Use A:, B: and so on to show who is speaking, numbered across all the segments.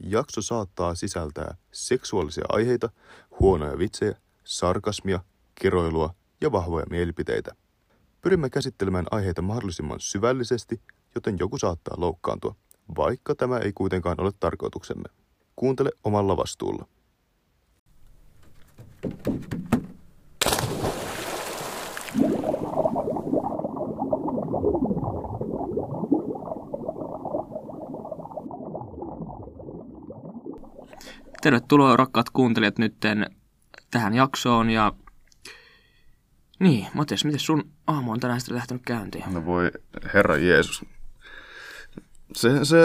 A: Jakso saattaa sisältää seksuaalisia aiheita, huonoja vitsejä, sarkasmia, kiroilua ja vahvoja mielipiteitä. Pyrimme käsittelemään aiheita mahdollisimman syvällisesti, joten joku saattaa loukkaantua, vaikka tämä ei kuitenkaan ole tarkoituksemme. Kuuntele omalla vastuulla.
B: Tervetuloa rakkaat kuuntelijat nytten tähän jaksoon ja niin, Matias, miten sun aamu on tänään sitten lähtenyt käyntiin?
A: No voi herra Jeesus. Se, se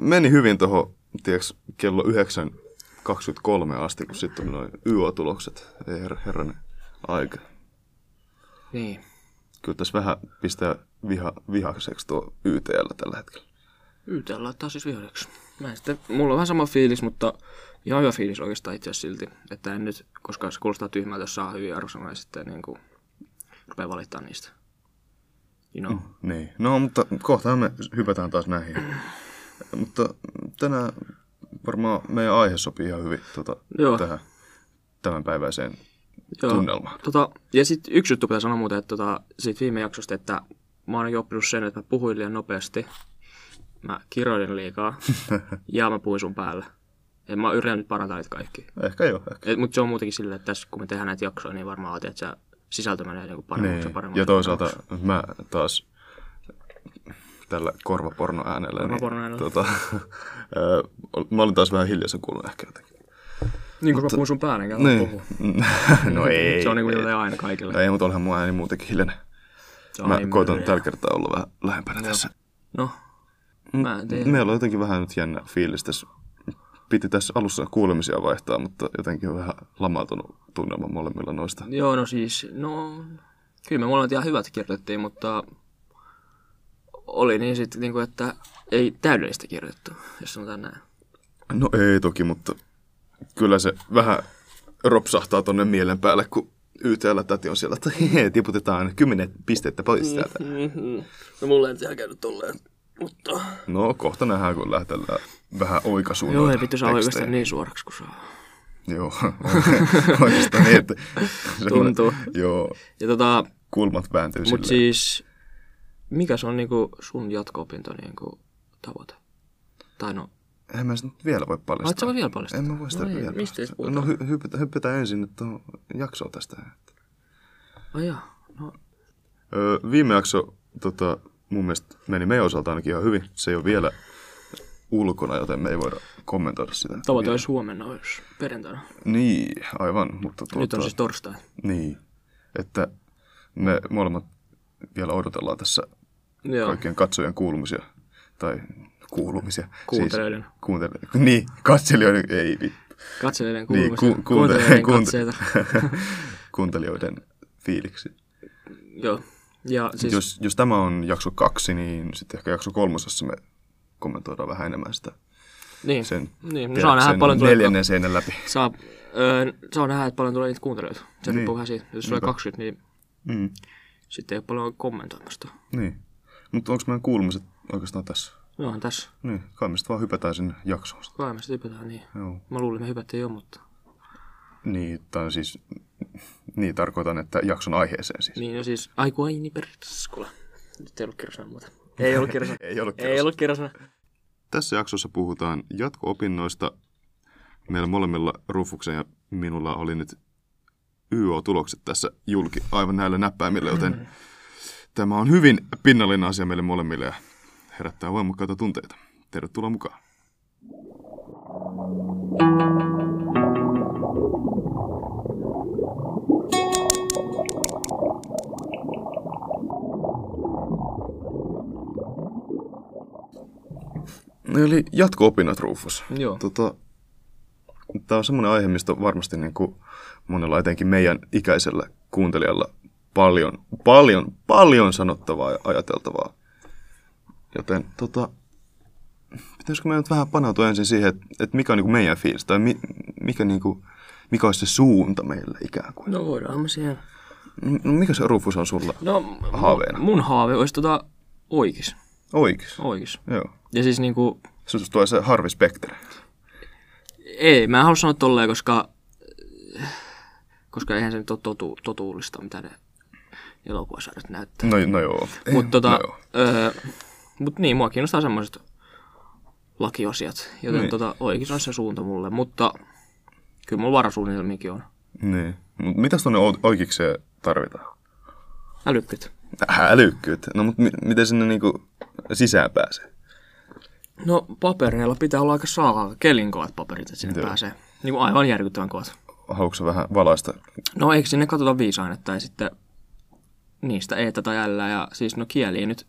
A: meni hyvin tuohon, tiiäks, kello 9.23 asti, kun sitten oli noin YO-tulokset. Ei her, herranen aika.
B: Niin.
A: Kyllä tässä vähän pistää viha, vihakseksi tuo YTL tällä hetkellä.
B: YTL laittaa siis vihoiseksi. Mä en sitten, mulla on vähän sama fiilis, mutta ihan hyvä fiilis oikeastaan itse asiassa silti. Että en nyt, koska se kuulostaa tyhmältä, jos saa hyviä arvosanoja ja sitten niin kuin, rupeaa valittaa niistä. You know.
A: Niin. No, mutta kohtahan me hypätään taas näihin. mutta tänään varmaan meidän aihe sopii ihan hyvin tuota,
B: Joo.
A: tähän tämänpäiväiseen
B: Joo.
A: tunnelmaan.
B: Tota, ja sitten yksi juttu pitää sanoa muuten, että tota, siitä viime jaksosta, että mä oon ainakin oppinut sen, että mä puhuin liian nopeasti. Mä kiroilin liikaa ja mä puhuin sun päällä. Ja mä yritän nyt parantaa niitä kaikki.
A: Ehkä joo, ehkä.
B: Mutta se on muutenkin silleen, että tässä kun me tehdään näitä jaksoja, niin varmaan ajatellaan, että se sisältö menee niinku paremmaksi ja
A: Niin.
B: paremmaksi.
A: Ja toisaalta mä taas tällä korvapornoäänellä,
B: Korvapornoäänellä.
A: Niin, tota, ö, mä olin taas vähän hiljaisen kuullut ehkä jotenkin.
B: Niin kuin mä puhun sun päälle, enkä
A: Niin.
B: niin.
A: no ei.
B: Se on niinku
A: ei.
B: jotain aina kaikille.
A: No ei, mutta olihan mun ääni muutenkin hiljainen.
B: Se on
A: Mä
B: niin
A: koitan
B: myllyä.
A: tällä kertaa olla vähän lähempänä tässä.
B: No, mä en tiedä.
A: Meillä on jotenkin vähän nyt jännä fiilis tässä. Piti tässä alussa kuulemisia vaihtaa, mutta jotenkin vähän lamautunut tunnelma molemmilla noista.
B: Joo, no siis, no... Kyllä me molemmat ihan hyvät kirjoitettiin, mutta... Oli niin sitten, niin kuin, että ei täydellistä kirjoitettu, jos sanotaan näin.
A: No ei toki, mutta kyllä se vähän ropsahtaa tonne mielen päälle, kun YTL-täti on siellä, että hei, tiputetaan kymmenen pistettä
B: Niin.
A: pois täältä.
B: No mulla ei ihan käynyt tolleen, mutta...
A: No kohta nähdään, kun lähtellään vähän oikaisuun.
B: Joo, ei
A: noita
B: vittu saa
A: tekstejä.
B: oikeastaan niin suoraksi kuin saa.
A: Joo, oikeastaan niin, että semmoinen-
B: Tuntuu.
A: Joo,
B: Ja tota,
A: kulmat vääntyy
B: mut
A: silleen.
B: siis... Mikä se on niinku sun jatko-opinto niinku tavoite? Tai no,
A: En mä sitä nyt vielä voi paljastaa.
B: Oot sä voi vielä paljastaa?
A: En mä voi sitä
B: No ei,
A: vielä
B: mistä edes
A: paljastaa.
B: puhutaan?
A: No hy- hypätään, hypätään ensin nyt tuohon jaksoon tästä.
B: ai jaa, no,
A: Öö, viime jakso tota, mun mielestä meni meidän osalta ainakin ihan hyvin. Se ei ole vielä ulkona, joten me ei voida kommentoida sitä.
B: tavoite olisi huomenna, olisi perjantaina.
A: Niin, aivan. Mutta tuota,
B: Nyt on siis torstai.
A: Niin, että me molemmat vielä odotellaan tässä
B: Joo,
A: kaikkien katsojen kuulumisia. Tai kuulumisia.
B: Kuuntelijoiden.
A: Siis, kuuntelijoiden. Niin, katselijoiden. Ei vittu.
B: katselijoiden
A: Niin,
B: kuulumista,
A: ku,
B: niin,
A: kuuntelijoiden,
B: kuuntelijoiden
A: kuuntelijoiden,
B: katseita.
A: kuuntelijoiden fiiliksi.
B: Joo. Ja siis, Just.
A: Jos, jos tämä on jakso kaksi, niin sitten ehkä jakso kolmosessa me kommentoidaan vähän enemmän sitä.
B: niin,
A: Sen,
B: niin no,
A: tiedät,
B: saa nähdä
A: sen
B: paljon tulee,
A: neljännen seinän läpi.
B: saa, öö, saa nähdä, että paljon tulee niitä kuuntelijoita. Se
A: Niin.
B: niin. riippuu vähän siitä. Jos tulee 20, niin
A: Mm.
B: sitten ei ole paljon kommentoimasta.
A: Niin. Mutta onko meidän kuulumiset oikeastaan tässä?
B: No on tässä.
A: Niin, kai me sitten vaan hypätään sinne jaksoon. sitten.
B: Kai me sitä hypätään niin.
A: Joo.
B: Mä luulin, me hypättiin jo, mutta...
A: Niin, tai siis, niin tarkoitan, että jakson aiheeseen siis.
B: Niin, no siis... Ai kun ei, niin periskula. Nyt ei ollut kirjasana muuta. Ei ollut kirjasana.
A: Ei ollut
B: ei ollut kirjasana.
A: Tässä jaksossa puhutaan jatko-opinnoista. Meillä molemmilla Rufuksen ja minulla oli nyt YO-tulokset tässä julki aivan näillä näppäimillä, joten tämä on hyvin pinnallinen asia meille molemmille ja herättää voimakkaita tunteita. Tervetuloa mukaan. Eli jatko-opinnot, Rufus.
B: Joo.
A: Tota, tämä on semmoinen aihe, mistä on varmasti niin kuin monella, etenkin meidän ikäisellä kuuntelijalla, paljon, paljon, paljon sanottavaa ja ajateltavaa. Joten tota, pitäisikö meidän nyt vähän paneutua ensin siihen, että, että mikä on niin kuin meidän fiilis, tai mi, mikä, niin kuin, mikä olisi se suunta meillä ikään kuin.
B: No voidaan me siihen.
A: No, mikä se Rufus on sulla
B: No, m-
A: Haaveena.
B: mun haave olisi tota oikeis.
A: oikein?
B: Oikeis.
A: Joo.
B: Ja siis niinku...
A: Se tulee se Harvi Specter.
B: ei, mä en halua sanoa tolleen, koska, koska eihän se nyt ole totu, totuullista, mitä ne elokuvasarjat näyttää.
A: No, no joo. Ei,
B: Mutta
A: no
B: tota,
A: joo.
B: öö, mut niin, mua kiinnostaa semmoiset lakiosiat, joten
A: Niin.
B: tota, oikein se on se suunta mulle, mutta kyllä mulla varasuunnitelmiakin on.
A: Niin. Mut mitäs tuonne o- oikeikseen tarvitaan?
B: Älykkyt.
A: Älykkyyttä. No mutta mi- miten sinne niinku sisään pääsee?
B: No papereilla pitää olla aika saa kelinkoat paperit, että sinne pääsee. Niin kuin aivan järkyttävän koot.
A: Haluatko sä vähän valaista?
B: No eikö sinne katsota viisi ainetta ja sitten niistä eetä tai ällä ja siis no kieli nyt,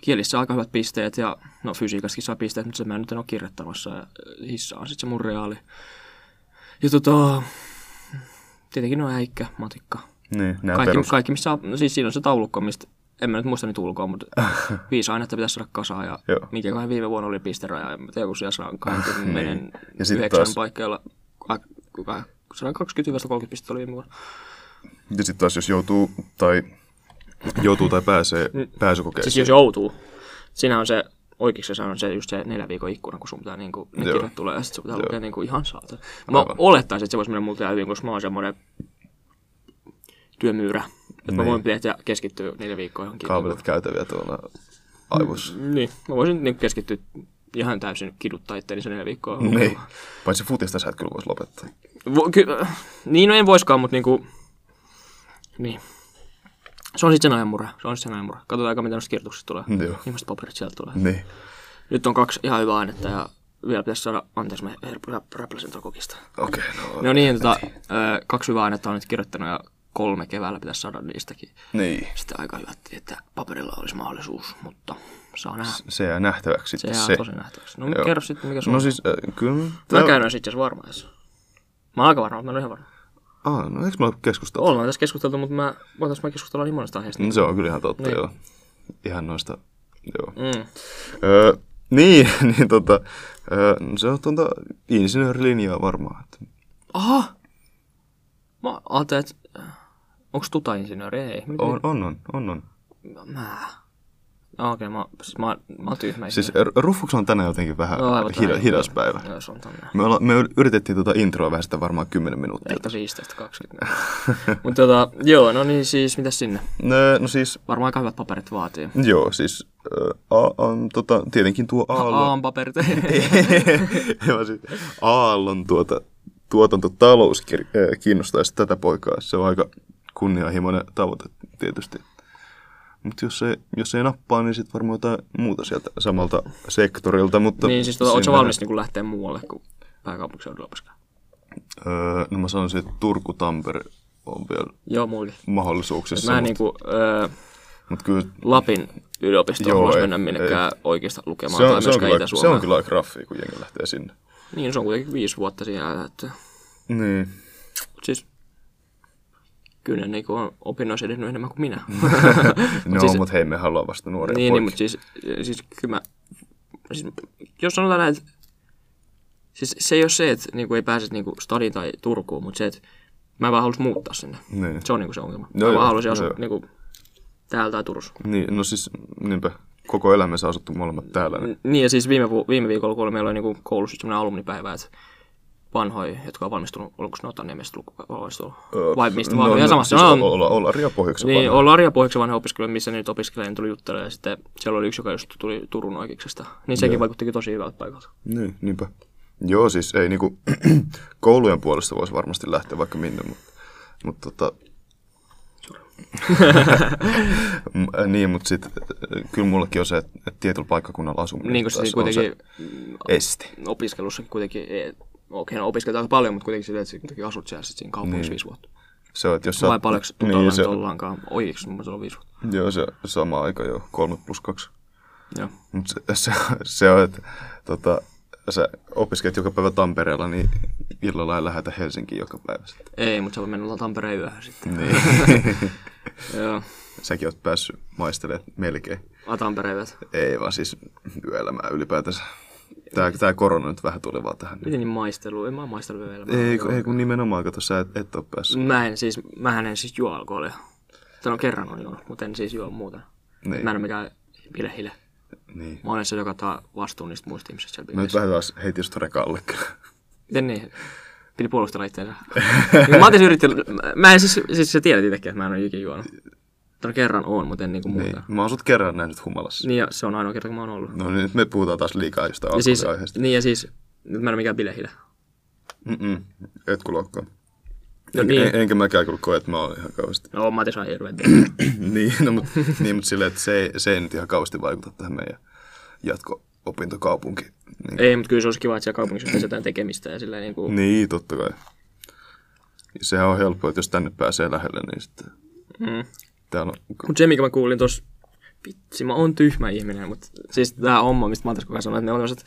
B: kielissä on aika hyvät pisteet ja no fysiikassakin saa pisteet, mutta se mä nyt en ole kirjoittamassa ja hissa on sitten se mun reaali. Ja tota, tietenkin no häikkä, matikka.
A: Niin, nämä
B: Kaikki,
A: perus.
B: kaikki, missä on, no siis siinä on se taulukko, mistä en mä nyt muista niitä ulkoa, mutta viisi ainetta pitäisi saada kasaan ja
A: Joo. Ah,
B: mikäköhän viime vuonna oli pisteraja ja mä tiedän, kun siellä saadaan kaiken menen
A: niin. Ja sit
B: yhdeksän
A: taas-
B: paikkeilla, a- kuka- 120-30 pistettä oli viime vuonna.
A: Ja sitten taas jos joutuu tai, joutuu tai pääsee pääsykokeeseen.
B: Siis jos joutuu. Siinä on se, oikeiksi se on se just se neljän viikon ikkuna, kun sun pitää niinku, ne
A: Joo.
B: kirjat tulee ja sit sun pitää lukea niinku ihan saata. Mä olettaisin, että se voisi mennä mulle ihan hyvin, koska mä oon semmoinen työmyyrä. Että mä
A: Niin.
B: voin pitää keskittyä neljä viikkoa johonkin.
A: Kaavelet käytäviä tuolla aivossa.
B: Niin, mä voisin niinku keskittyä ihan täysin kiduttaa itteeni sen neljä viikkoa.
A: Niin. Paitsi futista sä et kyllä voisi lopettaa.
B: Vo, ky, niin no en voiskaan, mutta niinku... Niin. Se on sitten sen ajan murha. Se on sitten sen ajan murha. Katsotaan aika, mitä noista kirjoituksista tulee.
A: Joo.
B: Millaiset paperit sieltä tulee.
A: Niin.
B: Nyt on kaksi ihan hyvää ainetta ja vielä pitäisi saada, anteeksi mä her- rä- räpläsin tuon kokista.
A: Okei, okay, no.
B: No niin, tota, ö, kaksi hyvää ainetta on nyt kirjoittanut ja kolme keväällä pitäisi saada niistäkin.
A: Niin.
B: Sitten aika hyvä, että paperilla olisi mahdollisuus, mutta saa nähdä.
A: Se jää nähtäväksi
B: Se
A: sitten.
B: jää tosi nähtäväksi. No kerro sitten, mikä se on.
A: No siis, äh, kyllä...
B: Mä käyn noissa itse asiassa varmaan. edes. Mä oon aika varma, mutta mä en ole ihan varma.
A: Ah, no eikö me ole keskusteltu?
B: Ollaan tässä keskusteltu, mutta mä, voitais mä keskustella niin monesta aiheesta.
A: No, se on kyllä ihan totta, niin. joo. Ihan noista, joo.
B: Mm.
A: Öö, niin, niin tota, öö, no se on tuota insinöörilinjaa varmaan. Että,
B: Aha! Mä ajattelin, että onko tuta insinööri? Ei. Mitä-
A: on, on, on, on, on.
B: Mä. Ah, Okei, okay, mä, siis mä, mä oon tyhmä.
A: Siis Ruffuksella on tänään jotenkin vähän
B: No, aivan
A: hida,
B: tähän.
A: hidas päivä.
B: Joo, se on tämmöinen.
A: Me, olla, me yritettiin tuota introa vähän sitä varmaan 10 minuuttia.
B: Ehkä 15-20. Mutta tota, joo, no niin siis, mitä sinne?
A: No, no siis,
B: Varmaan aika hyvät paperit vaatii.
A: joo, siis öö, a, on, tota, tietenkin tuo aallon,
B: Aan paperit.
A: Vaan siis aallon tuota, tuotantotalous kir- öö, kiinnostaisi tätä poikaa. Se on aika kunnianhimoinen tavoite tietysti. Mutta jos ei, jos ei nappaa, niin sitten varmaan jotain muuta sieltä samalta sektorilta. Mutta
B: niin siis, tota, ootko sä
A: sinne-
B: valmis niin lähteä muualle kuin pääkaupunkiseudulla opiskella?
A: Öö, no mä sanoisin, että Turku-Tampere on vielä
B: Joo, mullakin.
A: mahdollisuuksissa.
B: Mä
A: Mutta
B: en niinku, öö,
A: mut kyllä
B: Lapin yliopistoon
A: Joo,
B: voisi
A: ei-
B: mennä minnekään oikeasta lukemaan
A: se
B: tai
A: on, se, on
B: myöskään
A: kyllä, se on
B: Itä-Suomeen.
A: kyllä aika raffia, kun jengi lähtee sinne.
B: Niin, se on kuitenkin viisi vuotta siellä. Että,
A: Niin.
B: mut siis, kyllä ne niinku on opinnoissa edennyt enemmän kuin minä.
A: No,
B: siis-
A: siis, mutta hei, me ollaan vasta nuoria
B: Niin, niin
A: poikia.
B: mutta siis, siis kyllä mä, siis, jos sanotaan näin, että siis se ei ole se, että niinku, ei pääse niinku, stadiin tai Turkuun, mutta se, että mä vaan haluaisin muuttaa sinne.
A: Niin.
B: Se on niinku, se ongelma.
A: Joo,
B: mä
A: joo,
B: vaan haluaisin asua
A: joo.
B: niinku, täällä tai Turussa.
A: Niin, no siis, niinpä, koko elämänsä asuttu molemmat täällä. Niin.
B: Niin ja siis viime, vu- viime viikolla, kun meillä oli niinku, koulussa semmoinen alumnipäivä, että vanhoja, jotka on valmistunut, oliko ne Otaniemestä valmistunut,
A: Öö,
B: vai mistä vaan, no, ihan samassa.
A: Siis
B: No,
A: no, olla, olla Ria Pohjuksen
B: Niin,
A: niin,
B: ollaan Arja Pohjaksen vanha opiskelija, missä ne nyt opiskelee, niin tuli juttelemaan. Ja sitten siellä oli yksi, joka just tuli Turun oikeuksesta. Niin sekin vaikuttikin tosi hyvältä paikalta.
A: niin, niinpä. Joo, siis ei niinku, koulujen puolesta voisi varmasti lähteä vaikka minne, mutta, mutta tota, M- niin, mutta sitten kyllä mullakin on se, että että tietyllä paikkakunnalla asuminen
B: Niin kuin se
A: taas on
B: kuitenkin
A: se este.
B: opiskelussakin kuitenkin, ei- okei, no opiskelet aika paljon, mutta kuitenkin silleen, että sä kuitenkin asut siellä sit siinä kaupungissa viisi vuotta.
A: Se on, että jos sä...
B: Vai paljonko
A: niin, se,
B: niin, ollaankaan oikeiksi, mutta se on viisi vuotta.
A: joo, se sama aika jo, kolme plus kaksi.
B: Joo.
A: Mut se, se, se on, että tota, sä opiskelet joka päivä Tampereella, niin illalla ei lähetä Helsinkiin joka päivä. sitten.
B: Ei, mutta se voi mennä Tampereen yöhön sitten.
A: Niin.
B: Joo,
A: Säkin oot päässyt maistelemaan melkein.
B: A, Tampereen yöt.
A: Ei vaan siis yöelämää ylipäätänsä. Tää, tää korona nyt vähän tuli vaan tähän.
B: Miten niin maistelu? En mä oo maistellut vielä.
A: Ei, kun, ei kun nimenomaan, kato sä et, et oo päässyt.
B: Mä en siis, mähän en siis juo alkoholia. Tai no kerran on juonut, mutta en siis juo muuten.
A: Niin.
B: Mä en ole mikään bilehile.
A: Niin.
B: Mm. Mä olen se, joka ottaa vastuun niistä muista ihmisistä siellä
A: Mä nyt
B: bileissä.
A: vähän taas heitin just rekalle kyllä.
B: Miten niin? Piti puolustella itseänsä. niin mä otin yritin, mä en siis, siis sä tiedät itsekin, että mä en ole ikinä juonut. Tuon kerran oon, mutta en niinku muuta.
A: Niin.
B: Niin.
A: Mä oon sut kerran nähnyt humalassa.
B: niin ja se on ainoa kerta, kun mä oon ollut.
A: No niin, nyt me puhutaan taas liikaa jostain
B: Ja siis,
A: alkoholiaiheesta.
B: niin ja siis, nyt mä en ole mikään bilehillä.
A: Mm-mm, et kun loukkaan.
B: No
A: En,
B: niin.
A: en, enkä mäkään kyllä koe, että mä oon ihan kauheasti.
B: No mä tein hirveän.
A: niin, no, mutta niin, mut silleen, että se, ei- se ei nyt ihan kauheasti vaikuta tähän meidän jatko-opintokaupunki. Niin,
B: Ei, mutta kyllä se olisi kiva, että siellä kaupungissa olisi jotain tekemistä ja silleen niinku,
A: niin, totta kai. Ja Sehän on helppoa, että jos tänne pääsee lähelle, niin sitten
B: mm.
A: täällä on
B: Mutta se, mikä mä kuulin tuossa, vitsi, mä oon tyhmä ihminen, mutta siis tää homma, mistä mä oon tässä koko ajan sanonut, että ne on tämmöiset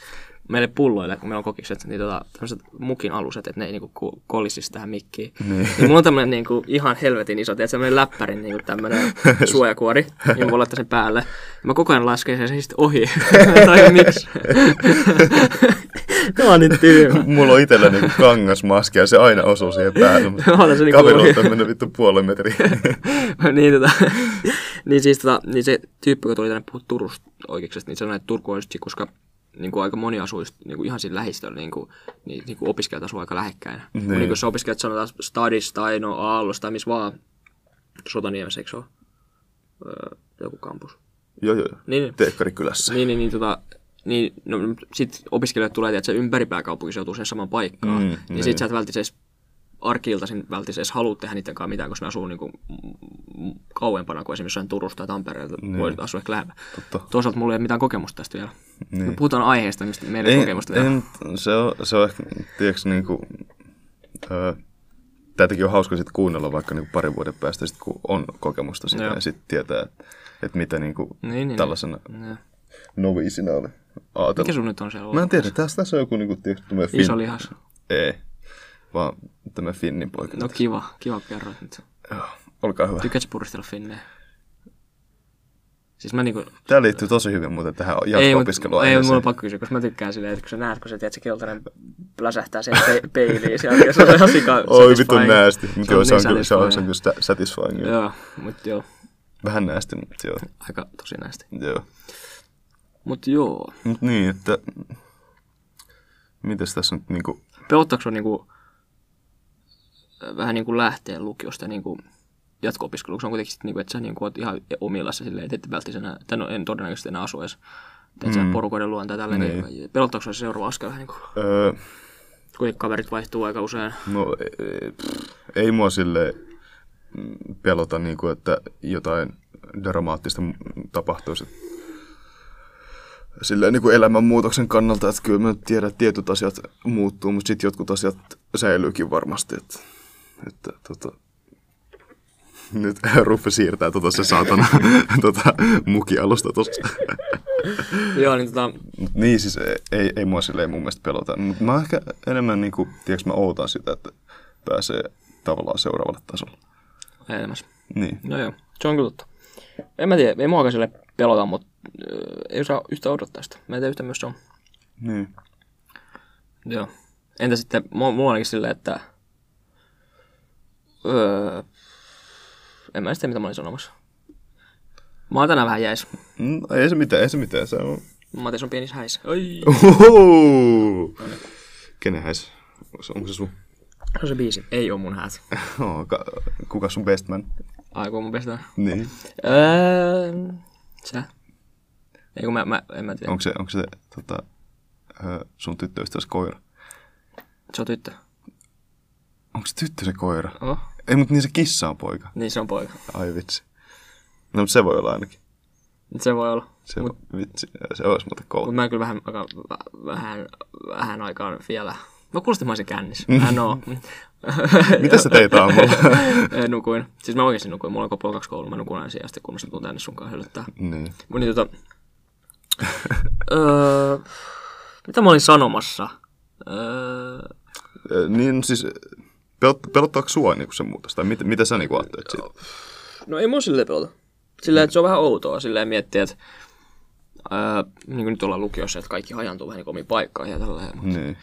B: meille pulloille, kun meillä on kokikset, niin tota, tämmöiset mukin aluset, että ne ei niinku ku- kolisisi tähän mikkiin. Niin. mulla on tämmönen niinku ihan helvetin iso, tiedätkö, semmoinen läppärin niinku tämmönen suojakuori, niin mä voin laittaa sen päälle. Ja mä koko ajan lasken sen siis ohi. mä en tajua miksi. Tämä on niin tyhmä.
A: Mulla on itsellä niinku kangasmaski ja se aina osuu siihen päälle. mutta
B: Mä otan sen niinku
A: Kaveri
B: ohi.
A: on tämmönen vittu puolen metri.
B: niin, tota, niin, siis, tota, niin se tyyppi, joka tuli tänne puhua Turusta oikeuksesta, niin sanoi, että Turku olisi, koska niin kuin aika moni asuu just, niin kuin ihan siinä lähistöllä, niin kuin, niin, niin kuin opiskelijat asuu aika lähekkäin. Niin.
A: Niin.
B: Niin, jos opiskelijat sanotaan Stadis tai no Aallos tai missä vaan, Sotaniemessä, eikö se ole? Öö, joku kampus.
A: joo, joo, joo.
B: Niin,
A: Teekkarikylässä.
B: niin, niin, niin, tota, niin no, sit opiskelijat tulee, että ympäri pääkaupunkiseutua sen saman paikkaan,
A: Mm,
B: mm, niin,
A: niin.
B: niin. sit sä et välttis edes arki-iltaisin välttis edes halua tehdä niiden kanssa mitään, koska ne asuu niinku mm, kauempana kuin esimerkiksi jossain Turusta tai Tampereelta, niin. voi asua ehkä lähellä.
A: Totta.
B: Toisaalta mulla ei ole mitään kokemusta tästä vielä.
A: Niin.
B: Niin. Me puhutaan aiheesta, mistä meillä ei ole
A: En,
B: Niin, kokemusta vielä.
A: en, se, on, se on ehkä, tiedätkö, niinku, ö, tätäkin on hauska sit kuunnella vaikka niinku parin vuoden päästä, sit, kun on kokemusta siitä
B: Joo.
A: ja sitten tietää, että et mitä niinku
B: Niin, niin,
A: tällaisena
B: niin.
A: noviisina oli
B: Mikä
A: ajatellut.
B: sun nyt on siellä
A: Mä
B: ollut?
A: en tiedä, tässä, tässä on joku niinku, tiedätkö, tämmönen
B: Iso
A: fin-
B: lihas.
A: Ei, vaan tämä Finnin poika.
B: No kiva, kiva kun kerroit nyt.
A: Joo, Olkaa hyvä.
B: Tykkäätkö puristella finnejä? Siis mä niinku
A: Tämä liittyy tosi hyvin muuten tähän
B: Ei, mut-
A: jatko-opiskelua.
B: Ei, mulla on pakko kysyä, koska mä tykkään silleen, että kun sä näet, kun se, tiedät, se keltainen pläsähtää sen pe- peiliin sieltä, ja se on ihan sika
A: Oi vittu
B: satisfying.
A: näästi, mutta joo, se on,
B: niin
A: kyllä, se on, se on
B: satisfying.
A: kyllä sta- satisfying. Joo.
B: Joo, mut joo,
A: Vähän näästi, mutta joo.
B: aika tosi näistä.
A: joo.
B: Mut joo,
A: Mut niin, että... Mites tässä nyt niinku...
B: pelottaako on niinku, vähän niinku lähtee lukiosta niinku jatko-opiskeluksi? On kuitenkin sit niinku, että sä niinku oot ihan omillassa silleen, että et välttämättä enää, tai no en todennäköisesti enää asu edes. Teet mm. porukoiden luon tai tälleen,
A: Niin.
B: niin. pelottaako se seuraava askel vähän niinku,
A: Öö,
B: kuitenkin kaverit vaihtuu aika usein.
A: no, ei, pff, ei mua sille pelota niinku, että jotain dramaattista mu- tapahtuisi. Silleen niinku elämänmuutoksen kannalta, että kyllä mä nyt tiedän, että tietyt asiat muuttuu, mutta sitten jotkut asiat säilyykin varmasti. Että, että tota, nyt Ruffe siirtää tota se saatana tota, mukialusta tuossa.
B: joo, niin tota,
A: Mut niin, siis ei, ei, ei mua silleen mun mielestä pelota. Mutta mä ehkä enemmän, niinku, tiedätkö, mä ootan sitä, että pääsee tavallaan seuraavalle tasolle.
B: elämässä.
A: Niin.
B: No joo, se on kyllä totta. En mä tiedä, ei mua sille pelota, mutta ei osaa yhtä odottaa sitä. Mä en tiedä yhtä myös se on.
A: niin.
B: Joo. Entä sitten, mu- mulla on ainakin silleen, että... Öö, en mä edes tiedä, mitä mä olin sanomassa. Mä oon tänään vähän jäis.
A: No, ei se mitään, ei se mitään. Se on...
B: Mä tein on pienissä häis. Oi.
A: Uhuhu! Kenenhän se? Onko se- Onko se sun?
B: Se on se biisi. Ei oo mun häät.
A: Oh, ka- kuka sun best man?
B: Aikoo mun pestään.
A: Niin.
B: Öö, sä. Ei kun mä, mä, en mä tiedä.
A: Onko se, onko se tota, ö, sun tyttöystäväs koira?
B: Se on tyttö.
A: Onko se tyttö se koira?
B: Oh.
A: Ei, mutta niin se kissa on poika.
B: Niin se on poika.
A: Ai vitsi. No, mutta se voi olla ainakin.
B: Se voi olla.
A: Se, Mut... vitsi, se olisi muuten kova.
B: Mutta mä kyllä vähän, aika, vä- vähän, vähän aikaan vielä. Mä kuulostin, että mä olisin kännissä. Mä en oo.
A: Mitä sä teit aamulla?
B: nukuin. Siis mä oikeasti nukuin. Mulla on koko kaksi koulua. Mä nukun aina sijasta, kun mä sitten tuun tänne sun kanssa höllyttää.
A: niin.
B: Mut niin tota... öö, mitä mä olin sanomassa? Öö,
A: Ö, Niin siis, pelot- pelottaako sua niinku se muutos? Tai mitä, mitä sä niinku ajattelet siitä?
B: No ei mua silleen pelota. Silleen, että se on vähän outoa silleen miettiä, että ää, niin kuin nyt ollaan lukiossa, että kaikki hajantuu vähän niin omiin paikkoihin ja tälleen. Mutta
A: Niin.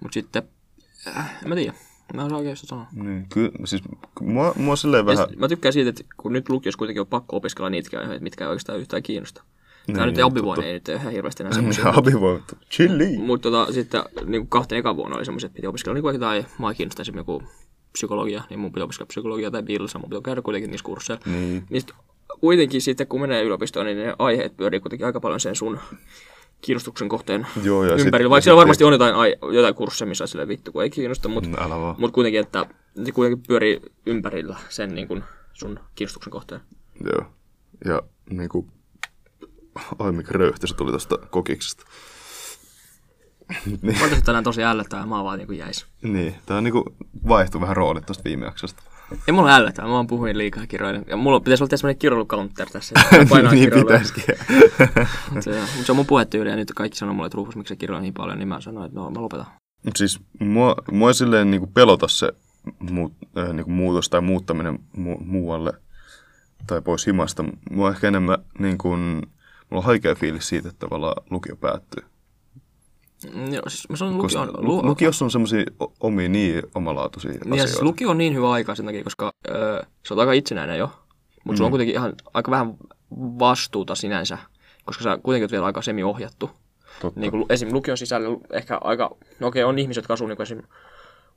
B: mut sitten, äh, en mä tiedä. Mä en osaa oikeastaan sanoa.
A: niin. Kyllä, siis k- mua, mua silleen
B: Ja
A: vähän...
B: sit mä tykkään siitä, että kun nyt lukiossa kuitenkin on pakko opiskella niitä aiheita, mitkä ei oikeastaan yhtään kiinnosta. Niin, nyt Abivuon ei nyt ihan hirveästi enää semmoisia.
A: Abi voi chilli.
B: Mutta tota, sitten niin kuin kahteen ekan vuonna oli semmoiset, että piti opiskella niin kuin jotain, mua kiinnostaa esimerkiksi joku psykologia, niin mun piti opiskella psykologiaa tai Billsa, mun piti käydä kuitenkin niissä kursseilla.
A: Niin.
B: Niin sit kuitenkin sitten, kun menee yliopistoon, niin ne aiheet pyörii kuitenkin aika paljon sen sun kiinnostuksen kohteen
A: Joo, ja sit-
B: ympärillä.
A: ja
B: Vaikka siellä
A: sit-
B: varmasti on jotain, ai- jotain kursseja, missä on silleen vittu, kun ei kiinnosta, mutta
A: No, Älä vaan.
B: mut kuitenkin, että se kuitenkin pyörii ympärillä sen niin kun, sun kiinnostuksen kohteen.
A: Joo. Ja niinku... Ai mikä röyhti se tuli tosta kokiksesta. niin.
B: Mä tänään tosi ällöttää, mä oon vaan niin kuin jäis.
A: niin. Tää on niinku vaihtu vähän roolit tosta viime jaksosta.
B: Ei mulla ällöttää, mä vaan puhuin liikaa kirjoille. Ja mulla pitäisi olla semmoinen kirjoilucounter tässä, että painaa
A: niin
B: kirjoille.
A: pitäisikin.
B: Mut se, mutta se on mun puhetyyli ja nyt kaikki sanoo mulle, että Rufus, miksi sä kirjoilet niin paljon, niin mä sanoin, että no mä lopetan.
A: Mut siis mua, mua ei silleen niinku pelota se muut, äh, niinku muutos tai muuttaminen mu- muualle tai pois himasta. Mua ehkä enemmän niin kuin, mulla on haikea fiilis siitä, että tavallaan lukio päättyy.
B: Mm, Joo, siis mä sanon, lukio
A: Koska
B: on,
A: lu-
B: lu,
A: lukiossa on semmoisia omia niin omalaatuisia
B: niin, ja siis
A: asioita.
B: lukio on niin hyvä aika sen takia, koska öö, sä oot aika itsenäinen jo, mutta mm. sulla on kuitenkin ihan aika vähän vastuuta sinänsä, koska sä kuitenkin oot vielä aika semiohjattu.
A: Totta.
B: Niin kuin esim. lukion sisällä ehkä aika, no okei, on ihmisiä, jotka asuu niin esim.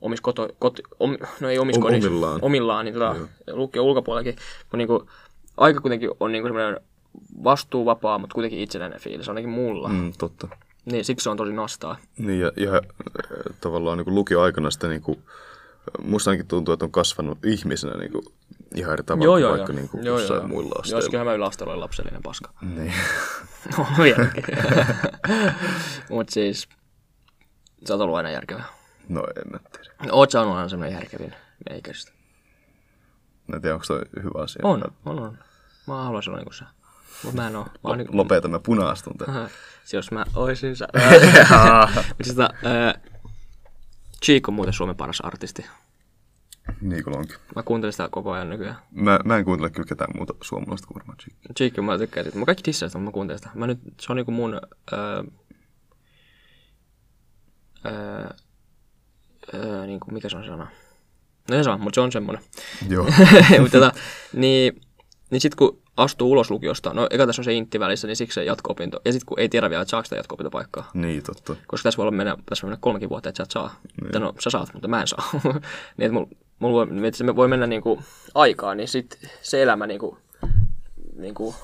B: omissa koto, kot, om, no ei omissa
A: Om-
B: kodissa,
A: omillaan.
B: omillaan niin tota, lukion ulkopuolellakin, kun niin kuin, aika kuitenkin on niin kuin semmoinen vastuuvapaa, mutta kuitenkin itsenäinen fiilis, ainakin mulla. Mm.
A: Mm, totta.
B: Niin siksi se on tosi nastaa.
A: Niin ja, ja äh, tavallaan niin lukioaikana sitä niin kuin, musta ainakin tuntuu, että on kasvanut ihmisenä niin kuin, ihan eri tavalla kuin vaikka niin kuin, jossain muilla
B: Joo,
A: asteilla.
B: kyllähän mä yläasteella olin lapsellinen paska.
A: Niin.
B: No vieläkin. Mut siis, sä oot ollut aina järkevä.
A: No en mä tiedä.
B: No, Oot sä ollut aina semmonen järkevin meikästä.
A: Mä en tiedä, onko toi hyvä asia.
B: On, on, on. Mä haluaisin olla niinku sä. Mut mä en oo. Mä oon niinku...
A: Lopeta, mä punaastun tämän.
B: Se, Jos mä oisin sä. Mut siis tota, ää, Chico on muuten Suomen paras artisti.
A: Niin kuin onkin.
B: Mä kuuntelen sitä koko ajan nykyään.
A: Mä, mä en kuuntele kyllä ketään muuta suomalaista kuin varmaan Chick.
B: Cheekki mä tykkään siitä. Mä kaikki dissaan sitä, mutta mä kuuntelen sitä. Mä nyt, se on niinku mun... Öö, öö, öö, niinku, mikä se on se sana? No ei se on, mutta se on semmonen.
A: Joo.
B: mutta tota, niin, niin sit kun astuu ulos lukiosta, no eka tässä on se intti välissä, niin siksi se jatko-opinto. Ja sit kun ei tiedä vielä, että saako sitä jatko-opintopaikkaa.
A: niin, totta.
B: Koska tässä voi olla mennä, tässä voi mennä kolmekin vuotta, että sä et saa. Niin. No, sä saat, mutta mä en saa. niin, että mul, mul voi, että se me voi mennä niinku aikaa, niin sit se elämä niinku, niinku,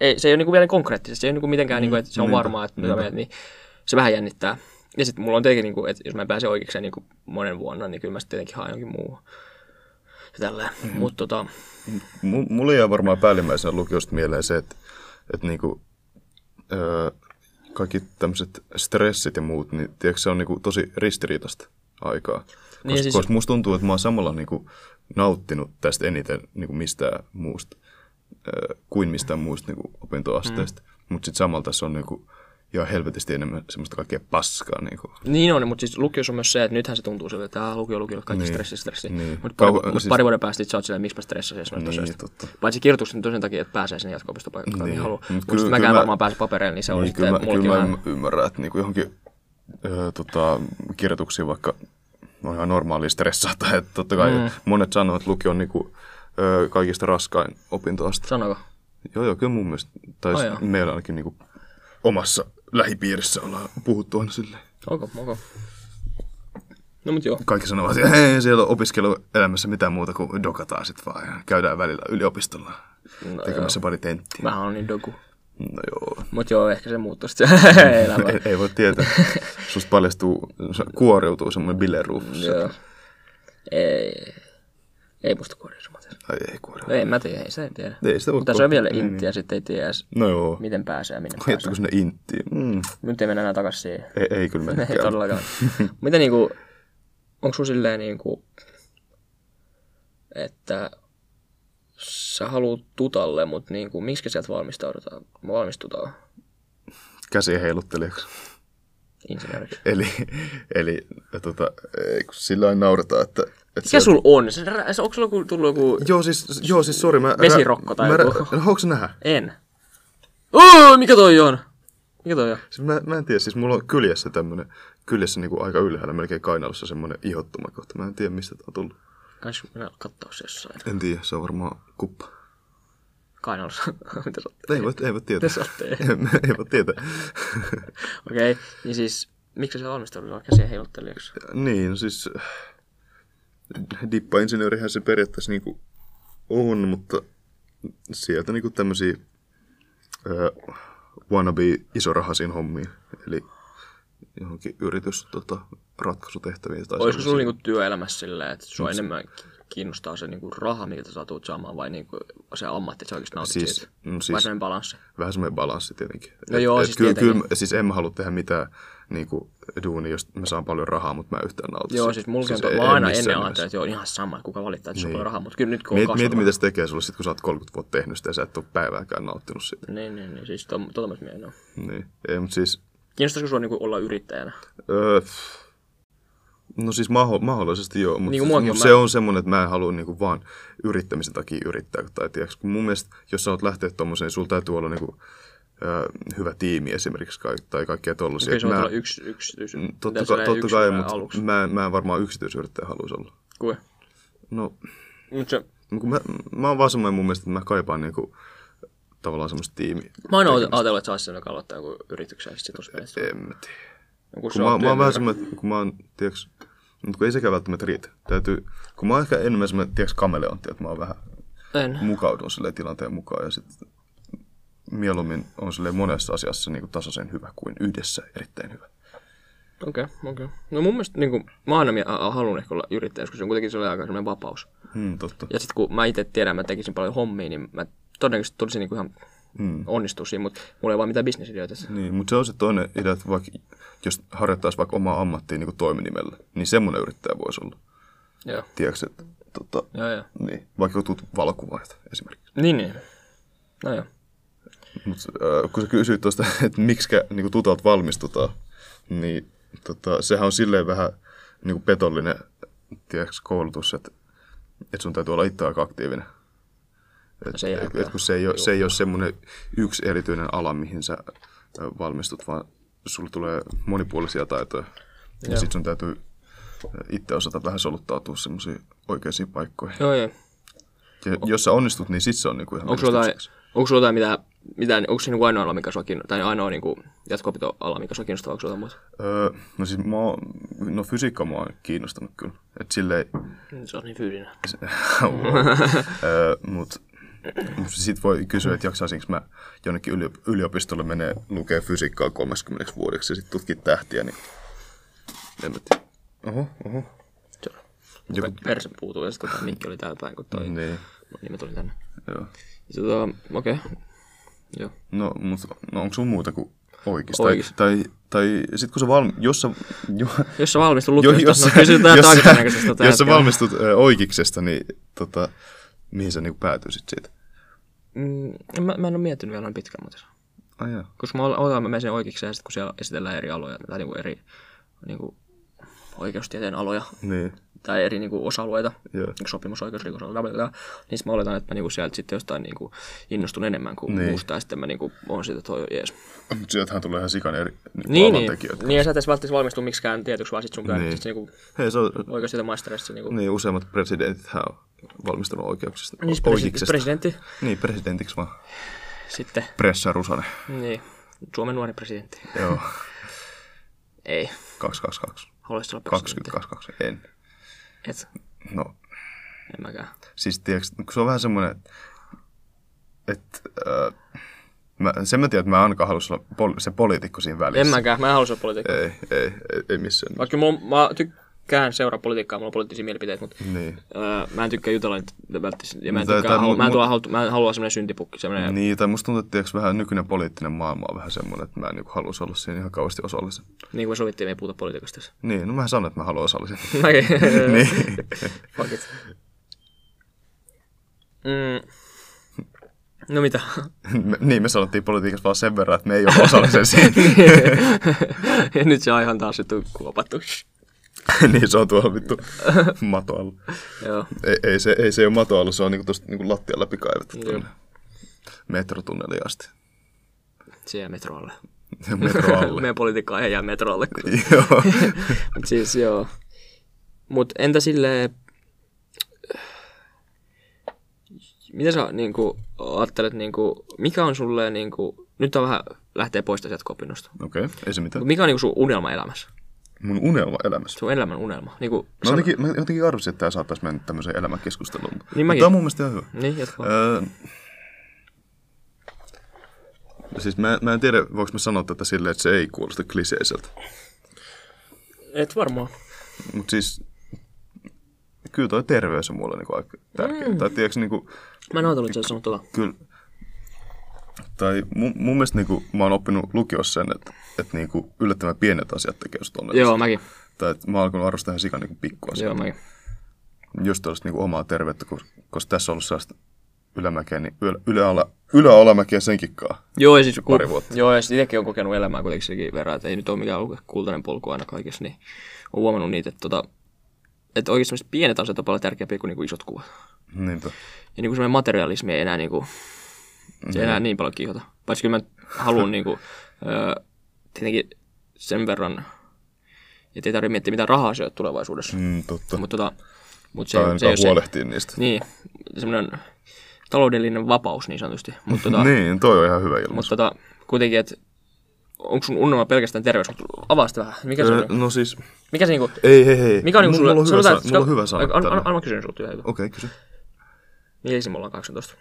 B: ei, se ei ole niinku vielä konkreettisesti, se ei ole niinku mitenkään, mm. niinku, että se on varmaa, että mitä menet, niin se vähän jännittää. Ja sitten mulla on tietenkin, niinku, että jos mä en pääse oikeakseen niinku monen vuonna, niin kyllä mä sit tietenkin haen jonkin muuhun. Ja tälleen.
A: Mm-hmm.
B: Mm. Mutta tota,
A: M- mulle jää varmaan päällimmäisenä lukiosta mieleen se, että, että niinku, öö, kaikki tämmöiset stressit ja muut, niin tiedätkö, se on niinku tosi ristiriitasta aikaa. Koska,
B: Niin,
A: niin,
B: siis-
A: siis... koska musta tuntuu, että mä oon samalla niinku nauttinut tästä eniten niinku mistään muusta öö, kuin mistään muusta niinku opintoasteesta. Mm. Mutta sitten samalla tässä on niinku, ihan helvetisti enemmän semmoista kaikkea paskaa. Niinku.
B: Niin on, mutta siis lukiossa on myös se, että nythän se tuntuu siltä, että aah, lukio, lukio, kaikki niin. stressi, stressi.
A: Niin.
B: Mutta pari,
A: Kauan-
B: mut
A: siis-
B: pari vuoden päästä sit sä oot silleen, miksi mä stressasin jos noista
A: Niin,
B: asioista.
A: totta.
B: Paitsi kirjoituksen tosen takia, että pääsee sinne jatko-opistopaikkaan, niin,
A: Niin.
B: niin haluaa.
A: Mut
B: Mutta
A: kyllä-
B: mäkään
A: kyllä mä-
B: varmaan pääse papereille, niin se on
A: Niin, kyllä
B: sitten
A: mä,
B: mullakin
A: kyllä
B: vähän.
A: mä ymmärrän, että niinku johonkin öö, tota, kirjoituksiin vaikka on ihan normaali stressata. Että totta kai mm. monet sanoo, että lukio on niinku, öö, kaikista raskain opintoaste.
B: Sanoko?
A: Joo, joo, kyllä mun mielestä. Tai
B: Ai
A: oh,
B: joo.
A: meillä ainakin niinku, omassa lähipiirissä ollaan puhuttu aina silleen.
B: Onko, onko? No mut joo.
A: Kaikki sanovat, että ei siellä ole opiskeluelämässä mitään muuta kuin dokataan sit vaan. Ja käydään välillä yliopistolla
B: No
A: tekemässä pari tenttiä.
B: Vähän on niin doku.
A: No joo,
B: Mut joo, ehkä se muuttuu sitten se elämä.
A: ei, ei voi tietää. Susta paljastuu, kuoriutuu semmoinen bileruufus.
B: Joo. Ei. Ei musta kuoria sumaten.
A: Ai ei kuoriutu.
B: No ei mä tiedä, ei se en tiedä.
A: Ei Niin. sitä voi
B: Mutta se on
A: ko-
B: vielä intti ja sitten ei tiedä edes,
A: No joo.
B: miten pääsee ja minne pääsee.
A: Hittu, kun sinne inttiin. Mm.
B: Nyt ei mennä enää takaisin siihen.
A: Ei, ei kyllä
B: Ei
A: menekään.
B: todellakaan. Miten niinku, onko sun silleen niinku, että sä haluut tutalle, mutta niinku, miksi sieltä valmistaudutaan, valmistutaan
A: Käsi heiluttelijaksi.
B: insinööriksi?
A: Eli, eli tota, ei, kun sillä aina naurataan, että... että
B: Mikä sulla on? Se, se, onko sulla joku- tullut joku...
A: Joo siis, joo siis sori, mä...
B: Vesirokko tai
A: mä,
B: joku.
A: joku. Haluatko sä nähdä?
B: En. Ooo, mikä toi on? Mikä toi on?
A: Siis mä, mä en tiedä, siis mulla on kyljessä tämmönen, kyljessä niinku aika ylhäällä, melkein kainalossa semmonen ihottuma kohta. Mä en tiedä, mistä tää on tullut.
B: Kans mennä kattoo se jossain.
A: En tiedä, se on varmaan kuppa.
B: Kainalossa. Mitä sä
A: Ei voi, ei voi tietää.
B: Mitä sä oot tehnyt?
A: Ei, ei voi tietää.
B: Okei, okay. niin siis miksi se valmistaudut vaan käsien heiluttelijaksi?
A: Niin, no siis äh, dippainsinöörihän se periaatteessa niinku on, mutta sieltä niinku tämmöisiä äh, wannabe isorahasiin hommiin, eli johonkin yritys tota, ratkaisutehtäviin. Tai
B: Olisiko sulla
A: sellaisiin.
B: niinku työelämässä silleen, että sua enemmän kiinnostaa se niinku raha, miltä sä tulet saamaan, vai niinku se ammatti, että sä oikeasti nautit
A: Siis-
B: siitä?
A: no siis-
B: Vai semmoinen balanssi?
A: vähän semmoinen balanssi tietenkin.
B: No joo, siis
A: kyllä,
B: tietenkin.
A: kyllä, siis en mä halua tehdä mitään niin kuin, duunia, jos mä saan paljon rahaa, mutta mä en yhtään nautin.
B: Joo,
A: siitä.
B: siis mulla siis
A: ei-
B: on, mä
A: en
B: aina
A: missään
B: ennen
A: nimessä.
B: ajattelin, että joo, ihan sama, kuka valittaa, että
A: Niin.
B: niin. sulla on rahaa, mutta kyllä nyt kun on
A: Mieti,
B: kasvanut,
A: mieti mitä se tekee sulle, sit, kun sä oot 30 vuotta tehnyt sitä ja sä et ole päivääkään nauttinut sitä.
B: Niin, niin, niin, siis to, tota myös mieleen on.
A: Niin. Ei, mutta siis,
B: Kiinnostaisiko sua niinku olla yrittäjänä?
A: öö, pff. no siis maho, mahdollisesti joo, mutta
B: Niin
A: niin
B: kuin muakin
A: mut
B: on,
A: se
B: mä-
A: on semmoinen, että mä en halua niinku vaan yrittämisen takia yrittää. Tai tiiäks, kun mun mielestä, jos sä oot lähteä tommoseen, sulla täytyy olla niinku, öö, hyvä tiimi esimerkiksi kai- tai kaikkea tollasia.
B: Kyllä se
A: Et
B: on
A: mä- Mm,
B: olla yksi, yksi, yksi,
A: Totta,
B: pitäisi olla
A: kai, totta
B: yksi
A: kai, Mm.
B: hyvä
A: mutta
B: aluksi.
A: mä, en- mä en varmaan yksityisyrittäjä haluaisi olla.
B: Kuin?
A: No,
B: Mut se,
A: kun mä, mä oon vaan semmoinen mun mielestä, että mä kaipaan niinku, tavallaan semmoista tiimiä.
B: mä oon ajatellut, ajatellut, että sä olisit sellainen, joka aloittaa joku yrityksen ja sitten se olisi
A: E- En mä tiedä.
B: No Kun
A: Kun mä, mä oon vähän semmoinen, että kun mä oon, tiiäks, mutta kun ei sekään välttämättä riitä. Täytyy, kun mä oon ehkä enemmän semmoinen, tiiäks, kameleontti, että mä oon vähän
B: En.
A: mukaudun silleen tilanteen mukaan ja sitten mieluummin on silleen monessa asiassa niinku tasaisen hyvä kuin yhdessä erittäin hyvä.
B: Okei, okay, okei. Okay. No mun mielestä niin kuin, mä aina mie- a- a- haluan ehkä olla yrittäjä, koska se on kuitenkin sellainen aika sellainen vapaus.
A: Hmm, totta.
B: Ja sitten kun mä itse tiedän, mä tekisin paljon hommia, niin mä todennäköisesti tulisin niin ihan mm. onnistua siinä, mutta mulla ei vaan mitään bisnesideoita.
A: Niin, mutta se on se toinen idea, että vaikka, jos harjoittaisi vaikka omaa ammattia niin toiminimellä, niin semmoinen yrittäjä voisi olla.
B: Joo,
A: Tiedätkö, että tota,
B: joo, joo.
A: niin, vaikka jutut valokuvaajat esimerkiksi.
B: Niin, niin. No joo.
A: Mut, äh, kun sä kysyit tuosta, että miksi niin tutalt valmistutaan, niin tota, sehän on silleen vähän niin kuin petollinen tiedätkö, koulutus, että, että sun täytyy olla itse aika aktiivinen. Et,
B: No se ei
A: et,
B: ole
A: et, kun se ei ole, se ei ole semmoinen yksi erityinen ala, mihin sä ö, valmistut, vaan sulla tulee monipuolisia taitoja. Ja sitten sun täytyy äh, itse osata vähän soluttautua semmoisiin oikeisiin paikkoihin.
B: Joo, joo.
A: Ja jos sä onnistut, niin sit se on niinku ihan
B: Onko sulla jotain,
A: menestyksekäs.
B: onko sulla jotain mitä, mitä, onko se niin ainoa ala, mikä sua kiinnostaa, tai ainoa niin kuin, jatko-opintoala, mikä sua kiinnostaa, onko sulla jotain muuta?
A: Öö, no siis mä oon, no fysiikka mua on kiinnostanut kyllä. Et silleen,
B: Se on niin fyysinen.
A: öö, mut sit voi kysyä, että jaksaisinko mä jonnekin yli, yliopistolle menee lukee fysiikkaa 30 vuodeksi ja sit tutkit tähtiä, niin en mä tiedä. Oho, oho.
B: Se on.
A: Joku-
B: Perse puutuu ja sitten mikki oli täällä päin, kun toi, mm.
A: Niin,
B: niin mä tulin tänne.
A: joo.
B: Tota, okei. Joo.
A: No, mut, no onko sun muuta kuin oikeista?
B: Oikis.
A: Tai, tai, tai sit kun sä valmi, jos sä, jo,
B: Jos sä valmistut
A: jo,
B: lukiosta,
A: jos,
B: no kysytään
A: jos,
B: tarkennäköisestä
A: jos, jos sä valmistut ö, oikiksesta, niin tota, mihin sä niinku päätyisit siitä?
B: Mm, mä, mä en ole miettinyt vielä noin pitkään muuten.
A: Ai jaa.
B: Koska mä ol- otan, mä menen sen oikeiksi ja sitten kun siellä esitellään eri aloja, tai niinku eri niinku, oikeustieteen aloja,
A: Niin,
B: tai eri niinku, osa-alueita,
A: joo.
B: niinku sopimusoikeus, rikosoikeus, bla, bla, bla, niin sit mä oletan, että mä niinku, sieltä sitten jostain niinku, innostun enemmän kuin niin.
A: Niin.
B: muusta, ja sitten mä niinku, on siitä, että toi on jees.
A: Mutta sieltähän tulee ihan sikan eri niinku
B: Niin,
A: niin,
B: niin.
A: alantekijöitä.
B: niin ja sä et edes välttämättä valmistu miksikään tietyksi, vaan sit sun käy
A: Niin.
B: niin. niinku,
A: Hei, se on,
B: oikeustieteen maisterissa. Niinku,
A: niin useimmat presidentit on valmistunut oikeuksista.
B: niin, presidentti,
A: oikeuksista.
B: presidentti,
A: Niin, presidentiksi vaan.
B: sitten,
A: Pressa Rusanen.
B: niin, Suomen nuori presidentti.
A: Joo,
B: Ei,
A: 222.
B: haluaisit olla presidentti.
A: 2022, en.
B: Et,
A: No,
B: en mäkään.
A: siis tiiäks, kun se on vähän semmoinen, että äh, mä, sen mä tiedän, että mä en ainakaan halus olla pol, se poliitikko siinä välissä.
B: En mäkään, mä en halua olla poliitikko.
A: Ei, ei, ei, ei missään.
B: Vaikka kyllä mulla, on- mä tykkään seuraa politiikkaa, mulla on poliittisia mielipiteitä, mutta
A: Niin.
B: öö, mä en tykkää jutella niitä välttis, ja mä en,
A: Tää-
B: tykkää,
A: tää
B: halua,
A: mu-
B: mä, en
A: mu-
B: tulla, halua, mä en halua semmoinen syntipukki, semmoinen, niin.
A: Niin, tai musta tuntuu, että tiiäks, vähän nykyinen poliittinen maailma on vähän semmoinen, että mä en niinku halus olla siinä ihan kauheasti osallisen.
B: niin kuin me sovittiin, me ei puhuta politiikasta tässä.
A: Niin, no mä sanoin, että mä haluan osallisen.
B: Okei,
A: niin.
B: fuck it. Mm. No mitä?
A: Me, niin, me sanottiin politiikassa vaan sen verran, että me ei ole osallisen siinä.
B: ja nyt se on ihan taas vittu kuopattu.
A: niin, se on tuolla vittu matoalla.
B: Joo.
A: Ei, ei, se, ei se ole matoalla, se on niinku tosta niinku lattian läpi kaivettu
B: Joo.
A: tuonne metrotunneliin asti.
B: Siellä metrolle.
A: Ja metro alle.
B: Meidän politiikkaa ei jää metrolle. kun-
A: Joo.
B: Mut siis joo. Mut entä silleen... Mitä sä niin kuin, ajattelet, niin kuin, mikä on sulle, niin kuin, nyt on vähän lähtee pois tästä jatko-opinnosta.
A: Okei, okay, ei se mitään.
B: Mikä on niin kuin, sun unelma elämässä?
A: Mun unelma elämässä.
B: Sun elämän unelma. Niin kuin,
A: Mä jotenkin, mä jotenkin arvasin, että tämä saattaisi mennä tämmöiseen elämänkeskusteluun. Niin Mutta
B: mäkin.
A: tämä on mun mielestä ihan hyvä.
B: Niin, jatka vaan.
A: Öö, siis mä, mä en tiedä, voiko mä sanoa tätä silleen, että se ei kuulosta kliseiseltä.
B: Et varmaan.
A: Mutta siis kyllä toi terveys on mulle niinku aika tärkeä. Mm. Tai tiedätkö, niinku,
B: Mä en ajatellut, että se on tulla.
A: kyllä, tai mun, mun mielestä niinku, mä oon oppinut lukiossa sen, että et, niinku, yllättävän pienet asiat tekee sut onnellista.
B: Joo, mäkin.
A: Tai että mä oon alkanut arvostaa ihan sikan niinku, pikkuasioita.
B: Joo, mäkin.
A: just tuollaista niinku omaa terveyttä, koska, koska tässä on ollut sellaista ylämäkeä, niin ylä, yläala, yläalamäkeä senkin kaa.
B: Joo, ja siis,
A: pari vuotta.
B: Joo, ja sitten itsekin on kokenut elämää kuitenkin sekin verran, että ei nyt ole mikään ollut kultainen polku aina kaikessa, niin on huomannut niitä, että, tota, että oikeasti sellaiset pienet asiat on paljon tärkeämpiä kuin, niinku isot kuvat.
A: Niinpä.
B: Ja niin kuin semmoinen materialismi ei enää, niin kuin, se ei enää niin paljon kiihota. Paitsi kyllä mä haluan niin kuin, ö, tietenkin sen verran, että ei tarvitse miettiä mitään rahaa sieltä tulevaisuudessa. Mm.
A: Mm, totta.
B: Mutta tota, mut se,
A: Tai
B: se, ei
A: ainakaan
B: ole se,
A: huolehtii niistä.
B: Niin, semmoinen taloudellinen vapaus niin sanotusti. Mutta tota,
A: Niin, toi on ihan hyvä ilmaisu.
B: Mutta tota, kuitenkin, että onko sun unelma pelkästään terveys? Mut Avaa sitä vähän. Mikä se
A: Öö,
B: on?
A: no siis,
B: Mikä se niinku...
A: ei, hei, hei.
B: Mikä on niinku
A: mulla, mulla on hyvä,
B: sanotaan,
A: sa-
B: että-
A: mulla on hyvä sana.
B: Anna-
A: tälle.
B: Anna, anna mä kysyn sulta jotain.
A: Okei, kysy.
B: Mikä isin Niin me ollaan 18?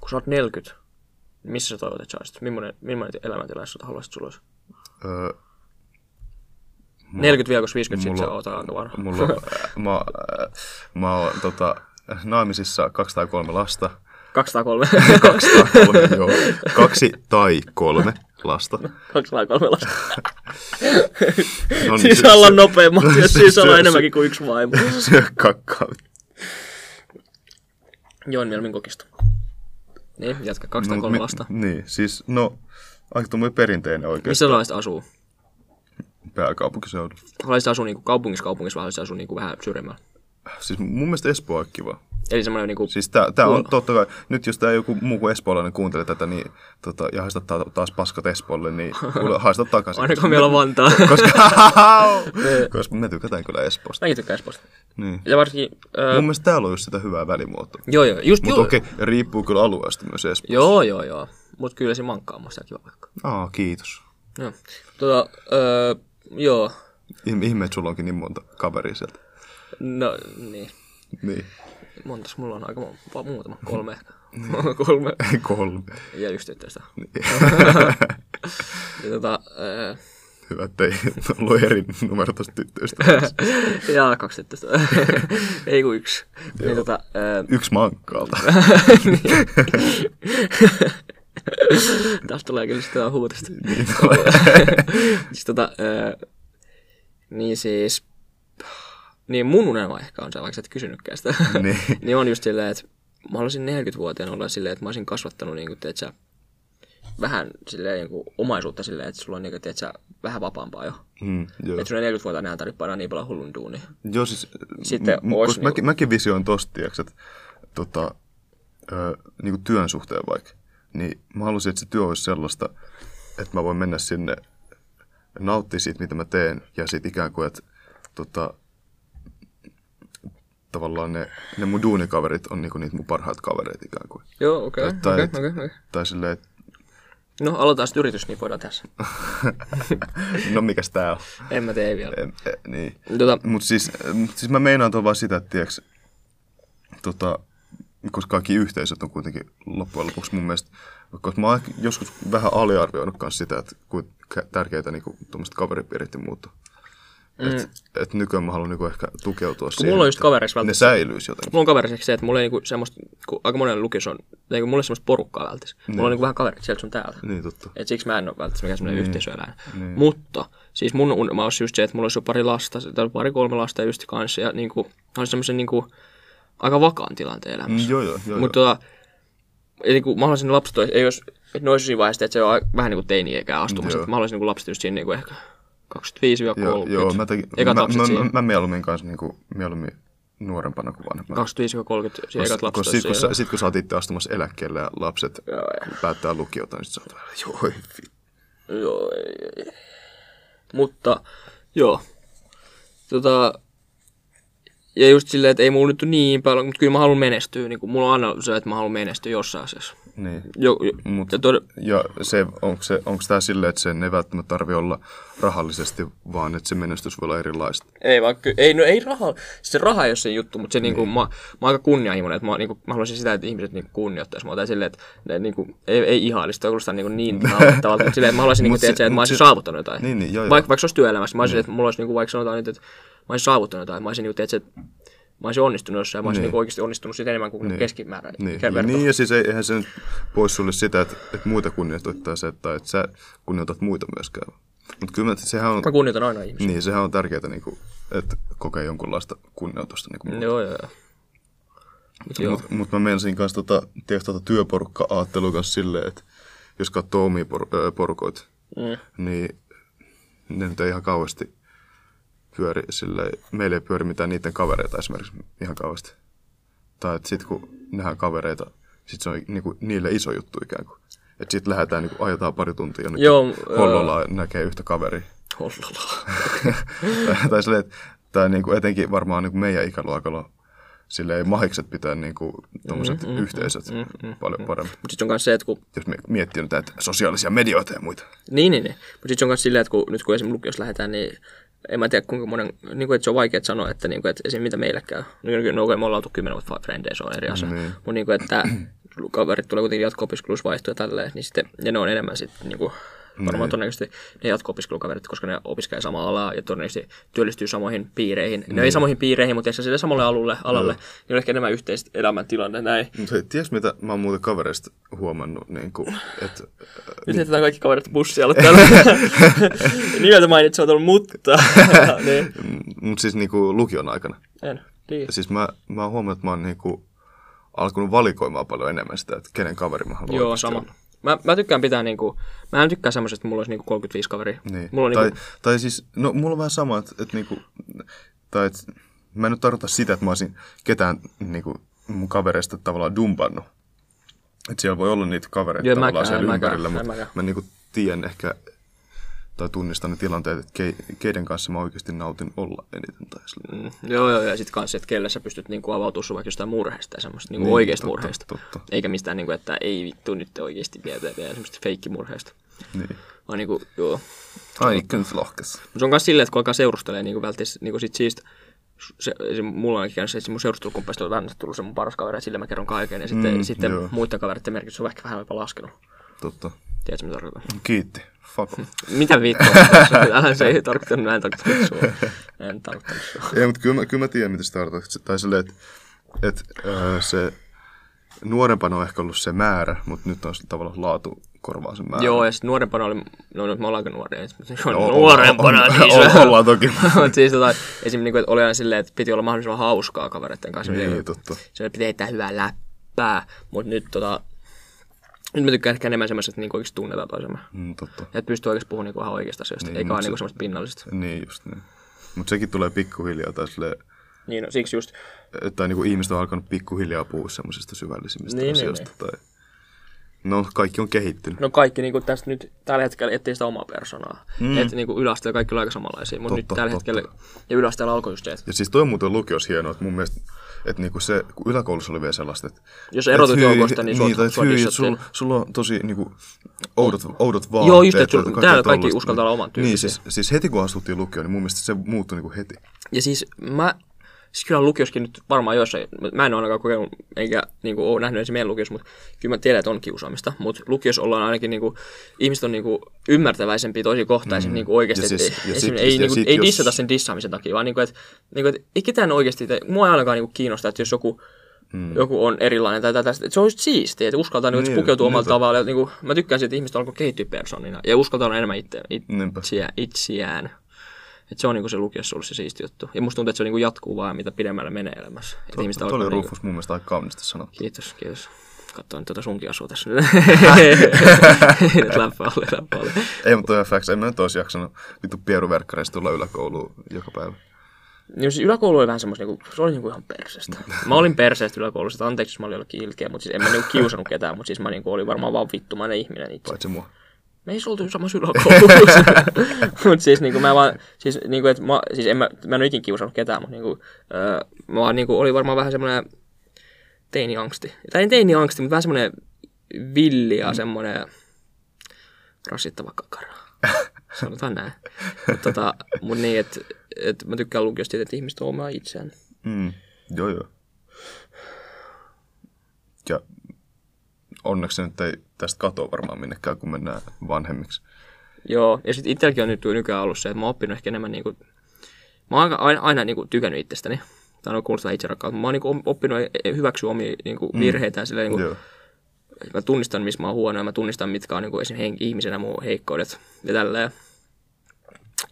B: Kun sä oot 40, niin missä sä toivot, että sä olisit? Millainen, millainen elämäntilanne sä haluaisit, että sulla olisi?
A: Öö,
B: 40 vielä, kun 50 sit
A: mulla-
B: sä oot aika vanha.
A: mulla on, äh, mä, äh, mä oon tota, naimisissa kaksi tai kolme lasta.
B: 203.
A: Kaksi tai kolme, joo. Kaksi tai kolme lasta.
B: 203 lasta.
A: No niin,
B: Siis
A: se-
B: ollaan nopeammat ja
A: se-
B: siis
A: se-
B: ollaan
A: se-
B: enemmänkin kuin yksi vaimo.
A: se- Syö kakkaa.
B: Join mieluummin kokista. Niin, jatka.
A: mut
B: 203 lasta.
A: Niin, siis no, aika tuommoinen perinteinen oikein
B: Missä sä haluaisit asua? Niin.
A: pääkaupunkiseudulla.
B: Haluaisit asua niinku kaupungissa, kaupungissa vai haluaisit asua niinku vähän syrjemmällä?
A: Siis mun mielestä Espoo on kiva.
B: Eli semmoinen niinku...
A: Siis tää, tää on
B: Kuulemma.
A: totta kai, nyt jos tää joku muu kuin espoolainen kuuntelee tätä, niin tota, ja haistattaa taas paskat Espoolle, niin kuule, haista takaisin.
B: Ainakaan Niin. meillä on Vantaa.
A: Koska, koska me tykätään kyllä Espoosta.
B: Mäkin tykkään Espoosta.
A: Niin.
B: Ja varsinkin... Öö,
A: Mun mielestä täällä on just sitä hyvää välimuotoa.
B: Joo, joo, just
A: Mutta
B: joo.
A: okei, riippuu kyllä alueesta myös Espoo.
B: Joo, joo, joo. Mut kyllä se mankkaa on musta kiva paikka.
A: Aa, kiitos.
B: Joo. Tota, öö, joo.
A: Ihm- Ihme, että sulla onkin niin monta kaveria sieltä.
B: No, niin.
A: Niin,
B: Montas mulla on aika mu- pa- muutama. Kolme ehkä. Kolme.
A: kolme.
B: Ja just yhteistä. ja tota, öö,
A: Hyvä, ettei ollut eri numero tosta tyttöistä.
B: ja kaksi yhteistä. Ei kun yksi. Niin tota, öö,
A: Yksi mankkaalta.
B: Tästä tulee kyllä sitä huutosta.
A: Niin tulee.
B: siis tota, öö, niin siis, niin mun unelma ehkä on se, vaikka sä et kysynytkään sitä.
A: Niin.
B: niin on just silleen, että mä haluaisin 40-vuotiaana olla silleen, että mä olisin kasvattanut niin kuin, sä, vähän silleen niin kuin, omaisuutta silleen, että sulla on niin kuin, sä, vähän vapaampaa jo.
A: Mm, joo.
B: Että sun 40-vuotiaana ei tarvitse painaa niin paljon hullun duunia.
A: Joo, siis,
B: Sitten
A: m- m-
B: ois
A: koska
B: niinku-
A: mäkin, mäkin visioin tosta, tiiäks, että tota, ö, niinku työn suhteen vaikka, niin mä halusin, että se työ olisi sellaista, että mä voin mennä sinne nauttia siitä, mitä mä teen, ja sit ikään kuin, että tota, tavallaan ne, ne mun duunikaverit on niinku niitä mun parhaat kavereet ikään kuin.
B: Joo, okei,
A: Tai,
B: okei, okei, okei.
A: tai silleen, että
B: No, aloitetaan sitten yritys, niin voidaan tässä.
A: no mikäs tää on.
B: En mä tee vielä.
A: Em, eh, niin.
B: Tota,
A: Mutta siis, mut siis mä meinaan tuon vaan sitä, että tiiäks, tota, koska kaikki yhteisöt on kuitenkin loppujen lopuksi mun mielestä, koska mä oon ehkä joskus vähän aliarvioinut kanssa sitä, että kuinka tärkeitä niinku, tuommoiset kaveripiirit ja muuta. Et, et nykyään mä haluan niinku ehkä tukeutua kun siihen,
B: mulla on just
A: että
B: kavereissa
A: ne
B: välttämättä
A: säilyisi jotenkin.
B: mulla on kaveriseksi se, että mulla ei niinku semmoista, kun aika monen lukis on, tai kun mulla ei semmoista porukkaa välttämättä. Mulla on niinku vähän kaverit sieltä sun täältä.
A: Niin totta.
B: Et siksi mä en ole välttämättä mikään semmoinen yhteisöeläin. Mutta siis mun unelma olisi just se, että mulla olisi jo pari lasta, tai pari kolme lasta just kanssa, ja niinku, olisi semmoisen niinku, aika vakaan tilanteen elämässä.
A: Mm, joo, joo, joo.
B: Mutta tota, eli kun mä haluaisin ne lapset, olisi- ei jos, että ne olisi siinä vaiheessa, että se on ai- vähän niin kuin teini-ikää astumassa.
A: Joo.
B: että Mä haluaisin niin lapset just siinä niin kuin ehkä 25-30.
A: joo, joo, mä, tekin,
B: Ekat
A: mä,
B: lapset
A: mä,
B: siinä.
A: mä, mä, mieluummin kanssa niinku, mieluummin nuorempana kuin vanhempana.
B: 25-30, siinä siis ekat lapset
A: Koska
B: olisi
A: sit, kun,
B: siinä.
A: sä, sit, kun sä oot itse astumassa eläkkeelle ja lapset joo, päättää lukiota, niin sit sä oot vähän, joo, ei vittu.
B: Joo, ei, ei. Mutta, joo. Tota, ja just silleen, että ei mulla nyt ole niin paljon, mutta kyllä mä haluan menestyä. Niin kuin, mulla on aina se, että mä haluan menestyä jossain asiassa.
A: Niin.
B: Jo, jo,
A: Mut-
B: ja tod-
A: Ja se, onko, se, onko tämä silleen, että sen ei välttämättä tarvitse olla rahallisesti, vaan että se menestys voi olla erilaista?
B: Ei vaan ky- ei, no ei raha, se raha ei ole se juttu, mutta se
A: Niin.
B: niinku, mä, mä oon aika kunnianhimoinen, että mä, niinku, mä haluaisin sitä, että ihmiset niinku kunnioittaisi mua, tai silleen, että ne, niinku, ei, ei ihailisi, toi kuulostaa niinku niin naurettavalta, mutta silleen, että mä haluaisin niinku,
A: Mut se-
B: tiedätkö, että
A: mut
B: mä olisin
A: se-
B: saavuttanut jotain.
A: Niin, niin, joo, Niin. joo.
B: Vaikka, vaikka se olisi työelämässä, mä olisin, että mulla olisi niinku, vaikka sanotaan nyt, että mä olisin saavuttanut jotain, mä olisin niinku, tiedätkö, että mä olisin onnistunut jossain, mä olisin
A: Niin.
B: niinku oikeasti onnistunut siitä enemmän kuin niin. keskimääräinen.
A: Niin, ja,
B: ikävertailu.
A: niin ja siis ei- eihän se nyt pois sulle sitä, että, että muita kunnioittaa se, tai että sä kunnioitat muita myöskään. Mutta kyllä mä- sehän on,
B: Mä kunnioitan aina ihmisiä.
A: niin, sehän on tärkeää, niin kuin, että kokee jonkunlaista kunnioitusta. Niin kuin
B: Joo, joo, joo. Mut joo.
A: Mutta mut mä menisin kanssa tota, tiedätkö, tota työporukka-aattelua kanssa silleen, että jos katsoo omia por- ö, porukoita, mm. niin ne nyt ei ihan kauheasti pyöri silleen. Meillä ei pyöri mitään niiden kavereita esimerkiksi ihan kauheasti. Tai että sit kun nähdään kavereita, sit se on niinku niille iso juttu ikään kuin. Että sit lähdetään, niinku, ajetaan pari tuntia jonnekin
B: Joo,
A: Hollolaan näkee yhtä kaveria.
B: Hollala.
A: Tai- tai silleen, että tai niinku etenkin varmaan niinku meidän ikäluokalla sille ei mahikset pitää niinku tommoset mm, yhteisöt mm, mm, paljon paremmin.
B: Mutta sitten on myös se, että kun
A: Jos mi- miettii nyt näitä sosiaalisia medioita ja muita.
B: Niin, niin, niin. Mutta sitten se on myös silleen, että kun, nyt kun esimerkiksi lukiossa lähdetään, niin en mä tiedä kuinka monen, niin kuin, että se on vaikea sanoa, että, niin kuin, että esimerkiksi mitä meillä käy. No, kyllä, no okei, me ollaan oltu kymmenen vuotta frendejä, se on eri asia.
A: Niin.
B: Mutta niin kuin, että kaverit tulee kuitenkin jatko-opiskelussa vaihtuu ja tälleen, niin sitten, ja ne on enemmän sitten niin kuin, varmaan
A: Niin.
B: todennäköisesti ne jatko-opiskelukaverit, koska ne opiskelee samaa alaa ja todennäköisesti työllistyy samoihin piireihin. Ne
A: Niin.
B: ei samoihin piireihin, mutta ehkä sille samalle alulle, alalle, niin on ehkä enemmän yhteiset elämäntilanne näin.
A: Mutta hei, ties mitä mä oon muuten kavereista huomannut, niinku, että
B: Nyt heitetään kaikki kaverit bussialle täällä. Nimeltä mainitsematon, mutta... niin.
A: mut siis niinku lukion aikana.
B: En. Niin.
A: Ja siis mä, mä oon huomannut, että mä oon niinku alkanut valikoimaan paljon enemmän sitä, että kenen kaveri mä haluan.
B: Joo,
A: oikeasti
B: sama.
A: olla.
B: Mä, mä tykkään pitää niinku, mä en tykkää semmoisesta, että mulla olisi niinku 35 kaveria.
A: Niin.
B: Mulla on
A: tai,
B: niinku,
A: tai siis, no mulla on vähän sama, että, että niinku, tai et, mä en nyt tarkoita sitä, että mä olisin ketään niinku, mun kavereista tavallaan dumpannut. Että siellä voi olla niitä kavereita
B: Joo,
A: Joo,
B: en mäkään,
A: tavallaan siellä
B: en
A: ympärillä,
B: mäkään, en
A: mutta
B: mäkään.
A: mä niinku tiedän ehkä tai tunnistan ne tilanteet, että ke, keiden kanssa mä oikeasti nautin olla eniten. Tai sillä-
B: mm, joo, joo, ja sit kans, että kelle sä pystyt niinku avautumaan sun vaikka jostain murheesta ja semmoista niinku niin, oikeasta
A: totta,
B: murheesta.
A: totta.
B: Eikä mistään niinku, että ei vittu nyt oikeesti vielä vielä semmoista feikkimurheesta.
A: niin.
B: Vaan niinku, joo.
A: Ai, kyllä se lohkes.
B: Mut se on myös silleen, että kun alkaa seurustelemaan, niin välttämättä niinku sit siitä, se, se, mulla on käynyt se, että mun seurustelukumppanista on välttämättä tullut se mun paras kaveri, ja sillä mä kerron kaiken, ja sitten,
A: Mm,
B: mm, sitten
A: joo.
B: muiden kavereiden merkitys on ehkä vähän jopa laskenut.
A: Totta.
B: Tiedätkö, mitä tarkoitan?
A: Kiitti. Fuck off.
B: Mitä vittua? Sä- Älä se ei tarkoittanut, mä en tarkoittanut sua. Mä en tarkoittanut sua.
A: Ei, mutta kyllä, mä- kyllä mä tiedän, mitä se tarkoittaa. Tai silleen, että, että öö, se nuorempana on ehkä ollut se määrä, mutta nyt on se tavallaan laatu korvaa sen määrä.
B: Joo, ja sitten nuorempana oli, no nyt me ollaan aika nuoria, nyt, mutta
A: O-
B: no,
A: o-
B: nuorempana
A: on-
B: niin
A: on-
B: se
A: Ollaan toki.
B: Mutta siis tota, esimerkiksi niinku, että oli aina silleen, että piti olla mahdollisimman hauskaa kavereiden kanssa.
A: Niin,
B: Niin.
A: totta.
B: Se piti heittää hyvää läppää, mutta nyt tota, nyt mä tykkään ehkä enemmän semmoisesta, että niinku oikeasti tunnetaan toisemme.
A: Mm, totta.
B: Ja että pystyy oikeasti puhumaan niinku ihan oikeasta asioista,
A: Niin,
B: niin, eikä
A: mut
B: vaan
A: se-
B: niinku semmoista pinnallisesta.
A: Niin, just niin. Mutta sekin tulee pikkuhiljaa, tai silleen,
B: Niin, no, siksi just
A: tai niinku ihmiset on alkanut pikkuhiljaa puhua semmoisista syvällisimmistä
B: Niin,
A: niin,
B: niin,
A: asioista. Niin, tai... No, kaikki on kehittynyt.
B: No kaikki niin tästä nyt tällä hetkellä etsii sitä omaa persoonaa. Mm. Et, niin kuin yläasteella kaikki oli aika samanlaisia, mutta nyt
A: Totta,
B: tällä
A: totta.
B: hetkellä ja yläasteella alkoi just se, että
A: Ja siis toi on muuten lukios hienoa, että mun mielestä että niinku se, kun yläkoulussa oli vielä sellaista, että...
B: Jos erotut
A: et
B: joukosta, niin sua-
A: niin, tai et
B: sua
A: hyi,
B: dissattiin.
A: sulla, sulla on tosi niinku oudot, oudot vaatteet.
B: Joo, just, että
A: tai
B: sul-
A: kaikkea
B: täällä kaikki
A: tollaista.
B: uskaltaa olla oman
A: Niin,
B: tyyppisiä.
A: siis, siis heti kun asuttiin lukioon, niin mun mielestä se muuttui niinku heti.
B: Ja siis mä, siis kyllä lukioskin nyt varmaan joissain, mä en ole ainakaan kokenut, eikä niin kuin, ole nähnyt ensin meidän lukiossa, mutta kyllä mä tiedän, että on kiusaamista. Mutta lukios ollaan ainakin, niin kuin, ihmiset on niin kuin, ymmärtäväisempiä tosi kohtaisen mm. niin kuin oikeasti.
A: Ja
B: Ja
A: siis-
B: siis,
A: ja
B: ja
A: sit-
B: sit, ei,
A: ja
B: niin kuin,
A: sit
B: ei
A: jos-
B: dissata sen dissaamisen takia, vaan niin kuin, että, niin kuin, että ei ketään oikeasti, tai mua ei ainakaan niin kuin, kiinnosta, että jos joku Mm. joku on erilainen tai tätä. Se on just siistiä, että uskaltaa niin,
A: Niin,
B: niin, pukeutua
A: niin
B: omalla
A: totta.
B: tavalla. Ja, niin kuin, mä tykkään siitä, että ihmiset alkoi kehittyä persoonina ja uskaltaa olla enemmän itse, it,
A: Niinpä.
B: itseä, itseään. Et se on niinku se lukiossa ollut se siisti juttu. Ja musta tuntuu, että se niinku jatkuu vaan mitä pidemmällä menee elämässä. Et
A: Tuo,
B: ihmiset
A: tuo
B: alkaa
A: oli
B: niinku...
A: Rufus mun mielestä aika kauniisti sanottu.
B: Kiitos, kiitos. Katsoin tuota sunkin asua tässä. Nyt läppä oli, läppä oli.
A: Ei, mutta toi FX, en mä nyt olisi jaksanut vittu pieruverkkareista tulla yläkouluun joka päivä.
B: Niin siis yläkoulu oli vähän semmos, niinku, se oli niinku ihan perseestä. Mä olin perseestä yläkoulussa, että anteeksi jos mä olin jollekin ilkeä, mutta siis en mä niinku kiusannut ketään, mutta siis mä niinku olin varmaan vaan vittumainen ihminen itse.
A: Paitsi mua.
B: Me ei oltu samassa yläkoulussa. mutta siis niinku mä vaan, siis niinku et mä, siis en mä, mä en ole ikinä kiusannut ketään, mutta niinku, öö, mä vaan niinku oli varmaan vähän semmoinen teiniangsti. Tai ei teiniangsti, mutta vähän semmoinen villi ja semmoinen rasittava kakara. Sanotaan näin. Mut tota, mut niin, että et mä tykkään lukiosta siitä, että ihmiset on omaa itseään.
A: Mm. Joo, joo. Ja onneksi se nyt ei tästä katoa varmaan minnekään, kun mennään vanhemmiksi.
B: Joo, ja sitten itselläkin on nyt nykyään ollut se, että mä oon oppinut ehkä enemmän niinku, mä oon aika- aina, aina niinku tykännyt itsestäni. Tämä on kuulostaa itse rakkautta. Mä oon niinku oppinut hyväksyä omia niinku virheitä ja silleen, niinku,
A: Joo.
B: mä tunnistan, missä mä oon huono ja mä tunnistan, mitkä on niin esimerkiksi hen- ihmisenä mun heikkoudet ja tälleen.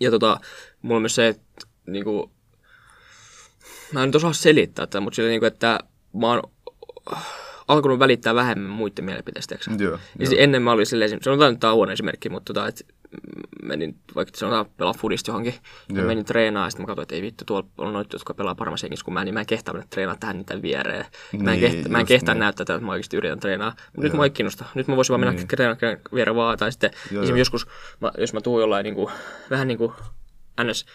B: Ja tota, mulla on myös se, että niin kuin, mä en nyt osaa selittää tätä, mutta sillä niin kuin, että mä oon alkanut välittää vähemmän muiden mielipiteistä, eikö?
A: Joo,
B: Ja siis ennen mä olin silleen, esim- sanotaan nyt tää on huono esimerkki, mutta tota, että menin vaikka sanotaan pelaa fudista johonkin, ja
A: Joo.
B: menin treenaamaan, ja sitten mä katsoin, että ei vittu, tuolla on noita, jotka pelaa paremmassa hengissä kuin mä, niin mä en kehtaa mennä treenaamaan tähän niitä viereen. Mä
A: Niin,
B: en, kehtaa, mä en
A: just
B: kehtaa
A: niin.
B: näyttää tätä, että mä oikeasti yritän treenaa. Mutta nyt mä ei kiinnosta. Nyt mä voisin vaan mennä niin. treenaamaan viereen vaan, tai sitten
A: Joo,
B: esimerkiksi
A: joo.
B: joskus, mä, jos mä tuun jollain niin kuin, vähän niin kuin ns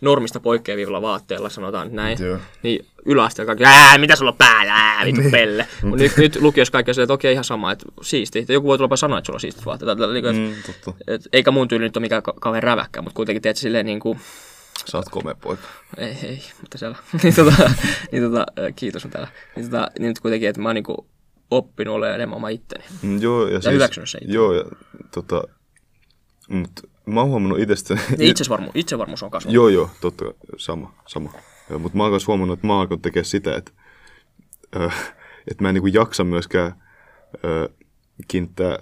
B: normista poikkeavilla vaatteilla, sanotaan näin,
A: Joo.
B: niin yläasteella kaikki, ää, mitä sulla on päällä, ää, vittu
A: Niin.
B: pelle. Mut nyt, nyt lukiossa kaikki on silleen, että okei, ihan sama, että siisti. Tai Joku voi tulla sanoa, että sulla on siisti vaatteet. Tai, niin
A: Mm,
B: mm.
A: totta.
B: et, eikä mun tyyli nyt ole mikään ka- kauhean räväkkä, mutta kuitenkin teet silleen niin kuin,
A: Sä oot komea poika.
B: ei, ei, mutta siellä. niin, tota, niin tota, ö, kiitos on täällä. Niin, tota, niin nyt kuitenkin, että mä oon niin kuin oppinut olemaan enemmän oma itteni.
A: Mm, Joo, ja, ja siis,
B: hyväksynyt sen itse.
A: Joo, ja tota, mut mä oon huomannut itsestäni.
B: Niin itsevarmu, itsevarmuus on kasvanut.
A: Joo, joo, totta, sama, sama. Mutta mä oon myös huomannut, että mä oon alkanut tekemään sitä, että ö, et mä en niinku jaksa myöskään ö, kiinnittää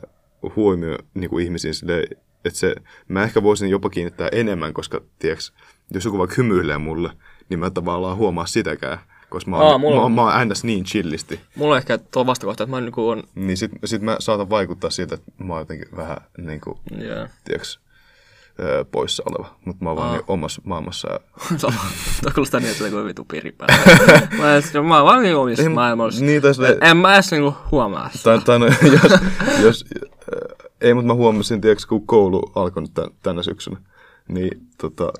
A: huomioon niinku ihmisiin silleen, että se, mä ehkä voisin jopa kiinnittää enemmän, koska tiiäks, jos joku vaikka hymyilee mulle, niin mä en tavallaan huomaa sitäkään, koska mä oon,
B: Aa,
A: Aa,
B: mulla-
A: mä, oon- mä oon ns. niin chillisti.
B: Mulla on ehkä tuo vastakohta, että mä oon niin kuin on,
A: Niin sit, sit mä saatan vaikuttaa siltä, että mä oon jotenkin vähän niinku,
B: yeah.
A: tiiäks, ö, poissa oleva, mutta mä oon vaan niin omassa maailmassa ja
B: Sama. Tuo kuulostaa niin, että joku vitu piripää. mä, oon siis- mä oon vaan niinku omissa
A: Ei, mut-
B: maailmassa.
A: niin, tai silleen-
B: En mä edes niinku huomaa sitä.
A: Tai, tai no, jos, jos, äh, ei, mutta mä huomasin, tiiäks, kun koulu alkoi nyt tän, tänä syksynä, niin tota,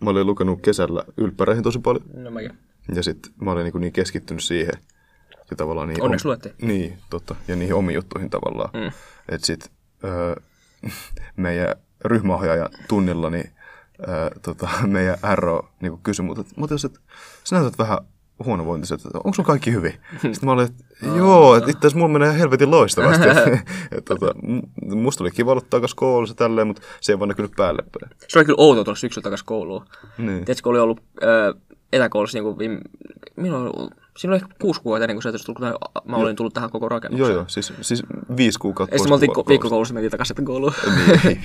A: mä olin lukenut kesällä ylppäreihin tosi paljon.
B: No mäkin.
A: Ja sitten mä olin niin, niin keskittynyt siihen. Ja tavallaan niihin
B: Onneksi luettiin.
A: Niin, totta. Ja niihin omiin juttuihin tavallaan. Mm. Että sitten meidän ryhmäohjaajan tunnilla, niin ö, tota, meidän RO niin kysyi mut, että Matias, et, sä näytät vähän huonovointiselta, että onko sulla kaikki hyvin? Sitten mä olin, että joo, että itse asiassa mulla menee ihan helvetin loistavasti. Et, tota, mu- musta oli kiva olla takas koulussa tälleen, mutta se ei vaan näkynyt päälle päin.
B: Se oli kyllä outoa tulla syksyllä takaisin kouluun.
A: Niin.
B: Tiedätkö, kun oli ollut ö, etäkoulussa niinku viime... Milloin oli ollut? Siinä oli ehkä kuusi kuukautta ennen kuin sä et olisi tullut, tänne- mä olin tullut tähän koko
A: Joo,
B: rakennukseen.
A: joo, siis, siis viisi kuukautta
B: Ja
A: pois
B: sitten me oltiin
A: koulu-
B: ko- viikkokoulussa, mentiin takaisin kouluun.
A: Niin.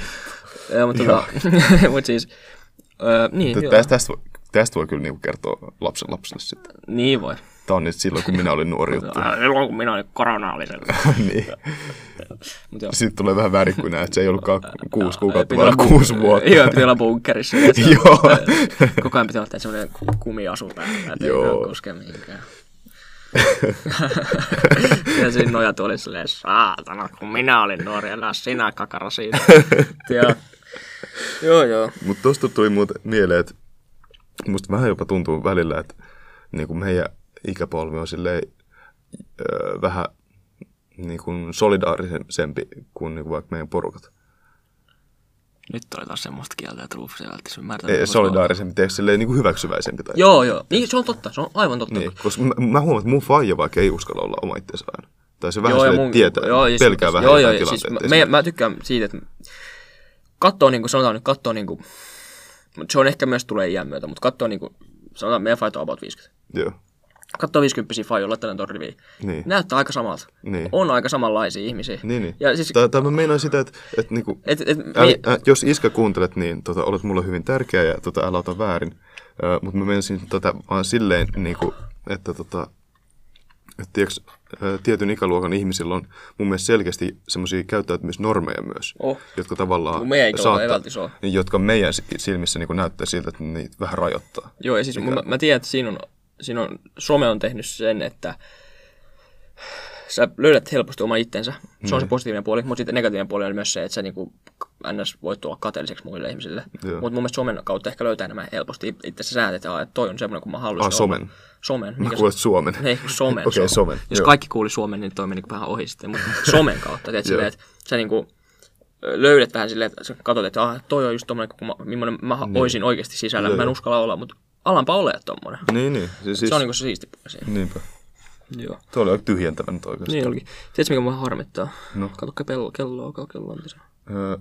B: Joo, mutta tota, mut siis... Ö, niin,
A: Tä-
B: joo.
A: Tästä, tästä, voi- tästä voi kyllä niinku kertoa lapsen lapselle sitten.
B: Niin voi.
A: Tämä on nyt silloin, kun minä olin nuori juttu.
B: Ää, Silloin kun minä olin korona oli sen.
A: niin.
B: Mut joo.
A: Sitten tulee vähän värikynä, että se ei ollutkaan kuusi kuukautta,
B: Pitää
A: vaan
B: olla bu-
A: kuusi vuotta.
B: Joo, pitää olla bunkerissa. ja se-
A: Joo.
B: Koko ajan pitää olla semmoinen kumiasu päällä, että ei
A: Joo.
B: saa koskea mihinkään. ja siinä nojat oli silleen, saatana, kun minä olin nuori, elä sinä kakara siinä. joo. joo, joo.
A: Mutta tuosta tuli muuten mieleen, että musta vähän jopa tuntuu välillä, että niin kuin meidän ikäpolvi on silleen, öö, vähän niin kuin solidaarisempi kuin, niin kuin vaikka meidän porukat.
B: Nyt oli taas semmoista kieltä, että Rufus ei välttämättä ymmärtänyt.
A: Ei, solidaarisempi, tiedätkö, silleen niin kuin hyväksyväisempi. Tai,
B: Joo, joo. Niin, se on totta, se on aivan totta.
A: niin, koska mä, mä huomaan, että mun faija vaikka ei uskalla olla oma itsensä aina. Tai se vähän
B: ja
A: silleen tietää,
B: joo, ja
A: pelkää
B: siis-
A: vähän
B: joo,
A: jotain
B: joo, ja siis
A: tilanteita.
B: mä, me- mä, tykkään siitä, että kattoo niin kuin sanotaan nyt, kattoo niin kuin, se on ehkä myös tulee iän myötä, mutta kattoo niin kuin, sanotaan meidän fight on about 50.
A: Joo.
B: Kattoo 50 faijolla, laittelen ton riviin.
A: Niin.
B: Näyttää aika samalta.
A: Niin.
B: On aika samanlaisia ihmisiä.
A: Niin, niin.
B: Ja siis,
A: Tää, tää mä meinaan sitä, että, että niinku,
B: et, et,
A: ä,
B: me,
A: ä, jos iskä kuuntelet, niin tota, olet mulle hyvin tärkeä ja tota, älä ota väärin. Mutta mä menisin tätä vaan silleen, niinku, että tota, et, tiiäks, ä, tietyn ikäluokan ihmisillä on mun mielestä selkeästi semmoisia käyttäytymisnormeja myös,
B: Oh.
A: jotka tavallaan
B: Kun meidän ikäluokka ei välttis oo.
A: niin, jotka meidän si- silmissä niinku, näyttää siltä, että niitä vähän rajoittaa.
B: Joo, ja siis mä, mä tiedän, että siinä on, siinä on, some on tehnyt sen, että
A: Mm.
B: sä löydät helposti oman itsensä. Se on se positiivinen puoli, mutta sitten negatiivinen puoli on myös se, että sä niinku ns. voi tulla kateelliseksi muille ihmisille.
A: Joo.
B: Mutta mun mielestä somen kautta ehkä löytää nämä helposti itse säät, että, aa, että toi on semmoinen, kun mä haluaisin
A: Ah,
B: olla.
A: somen.
B: Somen.
A: Mä
B: Mikä
A: kuulet suomen.
B: se, ei, kun Niin, somen.
A: Okei, somen,
B: Jos
A: joo.
B: kaikki kuuli suomen, niin toi meni vähän ohi sitten. Mutta somen kautta, tiedät, silleen, että sä niinku ö, löydät vähän silleen, että sä katsot, että ah, toi on just tommonen, kun mä, millainen mä niin. oisin oikeasti sisällä.
A: Joo,
B: mä en
A: joo.
B: uskalla olla, mutta alanpa olla tommonen.
A: Niin, niin. Siis, siis,
B: Se on niinku se siisti puoli siinä.
A: Niinpä.
B: Joo.
A: Tuo oli aika tyhjentävä nyt oikeasti.
B: Niin olikin. Tiedätkö, mikä mua harmittaa?
A: No.
B: No. Katsokka pello, kelloa, kello, kello on mitä se on.
A: Öö,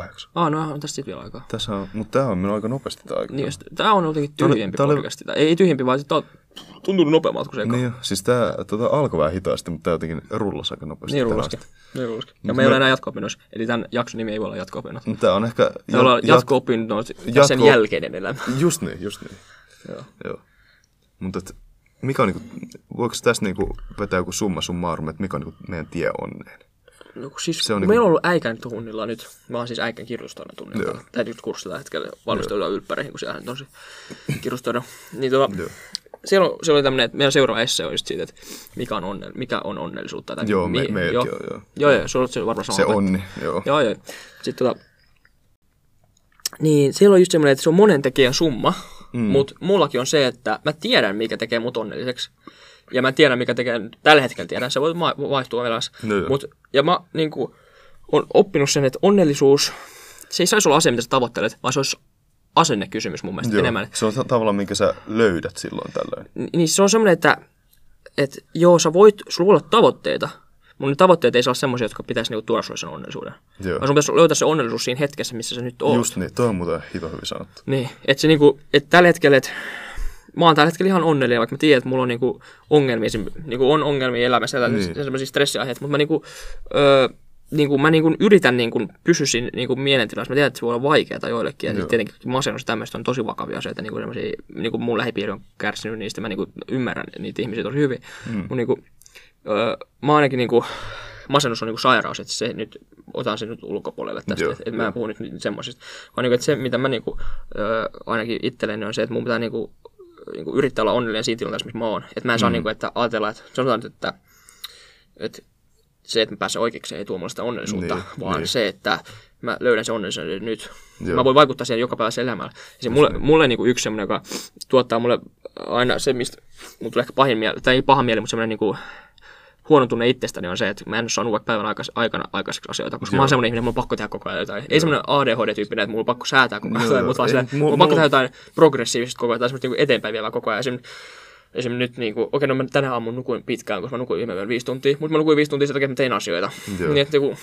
A: 12.48.
B: Ah, no on tästä sitten vielä aikaa.
A: Tässä on, mutta tämä on minun aika nopeasti tämä aika.
B: Niin, jos, tää on jotenkin
A: oli-
B: tyhjempi
A: tää oli-
B: podcast. Tää Ei tyhjempi, vaan tää on tuntunut nopeammalta kuin se eka.
A: Niin, jo. siis tämä tota, alkoi vähän hitaasti, mutta tämä jotenkin rullasi aika nopeasti.
B: Niin rullaski. Niin rullaski. Ja me ei ole enää jatko-opinnoissa. Eli tämän jakson nimi ei voi olla jatko-opinnot.
A: Tämä on ehkä...
B: Me ollaan
A: jat-
B: jatko-opinnoissa
A: jatko-
B: jatko... sen jälkeinen elämä.
A: Just niin, just niin.
B: Joo.
A: Joo. Mutta et, mikä on, niinku, voiko tässä niinku vetää joku summa summarum, että mikä on niinku meidän tie onneen?
B: No, kun siis,
A: Se on
B: kun
A: niinku-
B: meillä on ollut äikän tunnilla nyt. Mä oon siis äikän kirjoitustoinen tunnilla. Tai nyt kurssilla hetkellä valmistellaan ylppäreihin, kun siellä nyt on se kirjoitustoinen. Niin tota,
A: Joo.
B: siellä, on, siellä oli tämmöinen, että meidän seuraava esse on just siitä, että mikä on, onnell, mikä on onnellisuutta. Tai
A: Joo, me- meilläkin on, joo.
B: Joo, joo, se on, se on varmaan sama.
A: Se
B: opetta.
A: onni, joo.
B: Joo, joo. Sitten tota, niin siellä on just semmoinen, että se on monen tekijän summa, mm. mutta mullakin on se, että mä tiedän, mikä tekee mut onnelliseksi. Ja mä tiedän, mikä tekee, tällä hetkellä tiedän, se voi ma- vaihtua vielä.
A: No joo.
B: Mut, ja mä niin kuin, on oppinut sen, että onnellisuus, se ei saisi olla asia, mitä sä tavoittelet, vaan se olisi asennekysymys mun mielestä
A: Joo.
B: joo. enemmän.
A: Se on ta- tavallaan, minkä sä löydät silloin tällöin.
B: Ni- niin se on semmoinen, että, että joo, sä voit, sulla voi olla tavoitteita, mutta ne tavoitteet ei saa olla semmoisia, jotka pitäisi niinku tuoda sulle sen onnellisuuden.
A: Joo.
B: Vaan sun pitäisi löytää se onnellisuus siinä hetkessä, missä sä nyt oot.
A: Just niin, toi on muuten hito hyvin sanottu.
B: Niin, että se niinku, että tällä hetkellä, että mä oon tällä hetkellä ihan onnellinen, vaikka mä tiedän, että mulla on niinku ongelmia, esim- niinku on ongelmia elämässä, ja
A: Niin.
B: niin. sellaisia stressiaiheita, mutta mä niinku, öö, niinku, mä niinku yritän niinku pysyä siinä niinku mielentilassa. Mä tiedän, että se voi olla vaikeaa joillekin. Ja sit tietenkin masennus ja tämmöistä on tosi vakavia asioita. Niinku semmosia, niinku mun lähipiiri on kärsinyt niistä. Mä niinku ymmärrän niitä ihmisiä tosi hyvin. Mm. Mut niinku, öö, mä ainakin niinku, masennus on niinku sairaus, että se nyt, otan sen nyt ulkopuolelle tästä.
A: Joo,
B: Joo, et, et mä en puhu nyt ni- semmoisista. Vaan niinku, että se, mitä mä niinku, öö, ainakin itselleni on se, että mun pitää niinku, niinku yrittää olla onnellinen siinä tilanteessa, missä mä oon. Että mä en saa mm. niinku, että ajatella, että sanotaan nyt, että, että se, että mä pääsen oikeaksi, ei tuo mulle sitä onnellisuutta,
A: Niin,
B: niin, vaan
A: niin.
B: niin. se, että mä löydän sen onnellisuuden nyt.
A: Joo.
B: Joo. Mä voin vaikuttaa siihen joka päivässä elämällä. Ja se mulle, mulle niinku yksi semmoinen, joka tuottaa mulle aina se, mistä mulla tulee ehkä pahin mieli, tai ei paha mieli, mutta semmoinen niinku huono tunne itsestäni on se, että mä en ole saanut vaikka päivän aikas, aikana aikaiseksi asioita, koska mä oon semmoinen ihminen, mulla on pakko tehdä koko ajan jotain. Ei semmoinen ADHD-tyyppinen, että mulla on pakko säätää koko ajan,
A: Joo,
B: jotain, mutta vaan
A: ei,
B: sillä,
A: mu-
B: mulla on
A: mulla-
B: pakko tehdä jotain progressiivista koko ajan, tai semmoista niinku eteenpäin vievää koko ajan. Esimerkiksi Esimerkiksi nyt, niin kuin, okei, no mä tänä aamuna nukuin pitkään, koska mä nukuin viime yön viisi tuntia, mutta mä nukuin viisi tuntia sen takia, että mä tein asioita.
A: Joo.
B: Niin, että joku,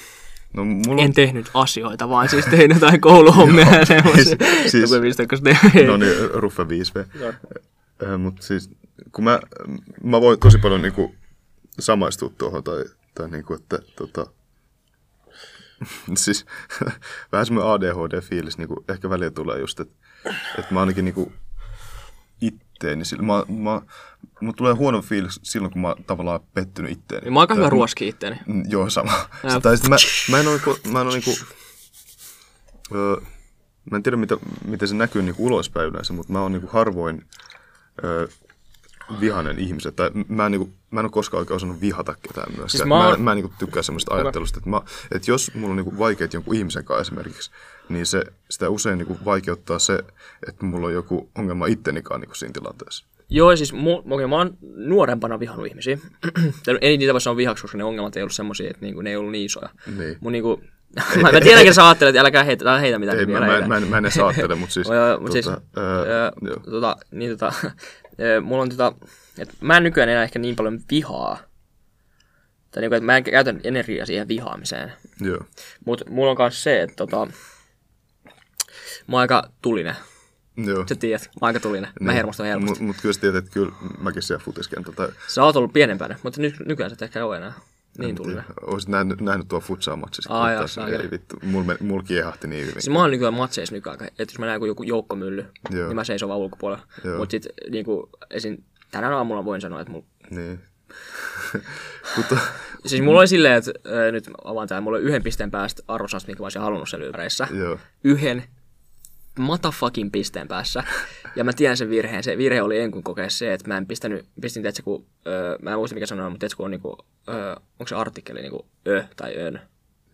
A: No, mulla
B: en tehnyt asioita, vaan siis tein jotain kouluhommia ja semmoisia.
A: Siis- siis-
B: Siis, nukuin viisi tuntia, koska tein.
A: No niin, Ruffe 5V. Mutta siis, kun mä, mä voin tosi paljon niinku samaistua tuohon, tai, tai niinku, että tota, siis vähän semmoinen ADHD-fiilis niinku, ehkä välillä tulee just, että et mä ainakin niinku itteeni, sillä- mä, mä, mulla tulee huono fiilis silloin, kun mä oon tavallaan pettynyt itteeni.
B: Niin mä oon aika hyvä
A: Tai-
B: ruoski itteeni.
A: Mm, Joo, sama.
B: Ää.
A: Tai sit mä, mä en ole niinku, mä en ole niinku, öö, mä en tiedä mitä, miten se näkyy niinku ulospäin yleensä, mutta mä oon niinku harvoin öö, vihanen ihmiset. Tai m- mä en, niinku, mä en ole koskaan oikein osannut vihata ketään myöskään. Siis
B: mä
A: mä, mä,
B: oon-
A: mä en niinku tykkää semmoista ajattelusta, että, mä, että jos mulla on niinku vaikeet jonkun ihmisen kanssa esimerkiksi, niin se, sitä usein niinku vaikeuttaa se, että mulla on joku ongelma ittenikaan niinku siinä tilanteessa.
B: Joo, siis mu- okay, mä oon nuorempana vihannut ihmisiä. Tai ei niitä voi sanoa vihaksi, koska ne ongelmat ei ollut semmoisia, että niinku, ne ei ollut niin isoja.
A: Niin.
B: Mun niinku, mä, mä tiedänkin, että sä ajattelet, että älkää heitä, älä heitä mitään.
A: Ei, mä,
B: vielä
A: mä,
B: heitä.
A: en- mä, en, mä en edes ajattele, mutta siis...
B: Joo, joo, mut siis,
A: öö,
B: öö,
A: joo.
B: tota, niin tota, öö, mulla on tota, että mä en nykyään enää ehkä niin paljon vihaa. Tai niinku, että mä en käytä energiaa siihen vihaamiseen.
A: joo.
B: Mutta mulla on myös se, että tota, mä oon aika tulinen.
A: Joo.
B: Sä tiedät, mä oon aika tulinen.
A: Niin.
B: Mä hermostun helposti.
A: Mutta mut kyllä sä tiedät, että kyllä mäkin siellä futiskentältä. tai-
B: Sä oot ollut pienempänä, mutta nyt, nykyään sä et ehkä ole enää niin tulinen.
A: Olisit nähnyt, nähnyt tuo futsal-matsissa.
B: Aa,
A: kun
B: joo,
A: taas-
B: saakeli.
A: Ei vittu, mulla mul mul kiehahti niin hyvin.
B: Siis mä oon nykyään matseissa nykyään, että jos mä näen kun joku joukkomylly,
A: Joo.
B: niin mä seison vaan ulkopuolella.
A: Joo.
B: Mutta sit niinku, esim, tänään aamulla voin sanoa, että mulla
A: Niin. Mutta
B: Siis mulla oli silleen, että äh, nyt avaan tää, mulla oli yhden pisteen päästä arvosanasta, minkä mä olisin halunnut siellä ympäreissä.
A: joo,
B: Yhden matafakin pisteen päässä. Ja mä tiedän sen virheen. Se virhe oli enkun kokeessa se, että mä en pistänyt, pistin tiedätkö, kun, öö, äh, mä en muista mikä sanoa, mutta tiedätkö, kun on niinku, öö, onko se artikkeli niinku ö tai ön.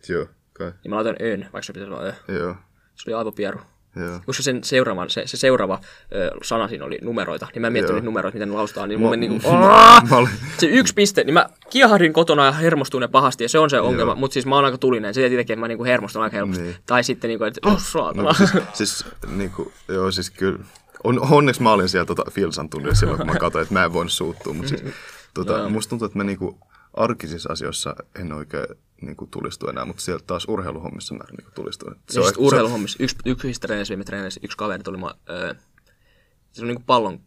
A: joo. Kai.
B: Niin mä laitan ön, vaikka se pitäisi olla ö.
A: Joo,
B: Se oli aivopieru.
A: joo.
B: Koska sen seuraavan, se, se seuraava ö, sana siinä oli numeroita, niin mä mietin
A: Joo.
B: nyt numeroita, miten ne lausutaan, niin mun
A: Mä-
B: meni niinku,
A: Mä olin,
B: se yksi piste, niin mä kiehahdin kotona ja hermostuin ne pahasti, ja se on se ongelma, mutta siis mä oon aika tulinen, se tietenkin, että mä niinku hermostun aika helposti.
A: Niin.
B: Tai sitten niinku, että oh, saatana.
A: no, siis, siis niinku, joo, siis kyllä. On, onneksi mä olin siellä tota Filsan tunnilla silloin, kun mä katsoin, että mä en voinut suuttua, mutta siis, tota, musta tuntuu, että mä niinku arkisissa asioissa en oikein niinku tulistu enää, mutta siellä taas urheiluhommissa mä niinku tulistun. Et
B: Se on
A: ehkä-
B: sitten Siis urheiluhommissa. Yksi, yksi niistä treeneissä, viime treeneissä, yksi kaveri tuli mua, öö, se oli niinku pallon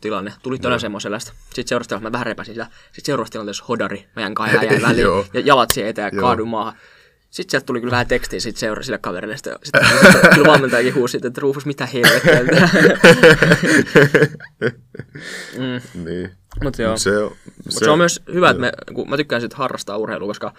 B: tilanne. Tuli todella semmoisen lästä. Sitten seuraavassa tilanteessa mä vähän repäsin sitä. Sitten seuraavassa tilanteessa hodari, meidän kahden äijän väliin.
A: Joo.
B: ja jalat siihen eteen ja
A: Joo.
B: kaadun maahan. Sitten sieltä tuli kyllä vähän tekstiä sit seura sille kaverille. Sitten, sitten, sitten kyllä valmentajakin huusi, sitten, että Rufus, mitä helvettiä.
A: se, niin.
B: Mutta joo.
A: Se, on-
B: Mutta se on myös hyvä, että me, kun mä tykkään sit harrastaa urheilua, koska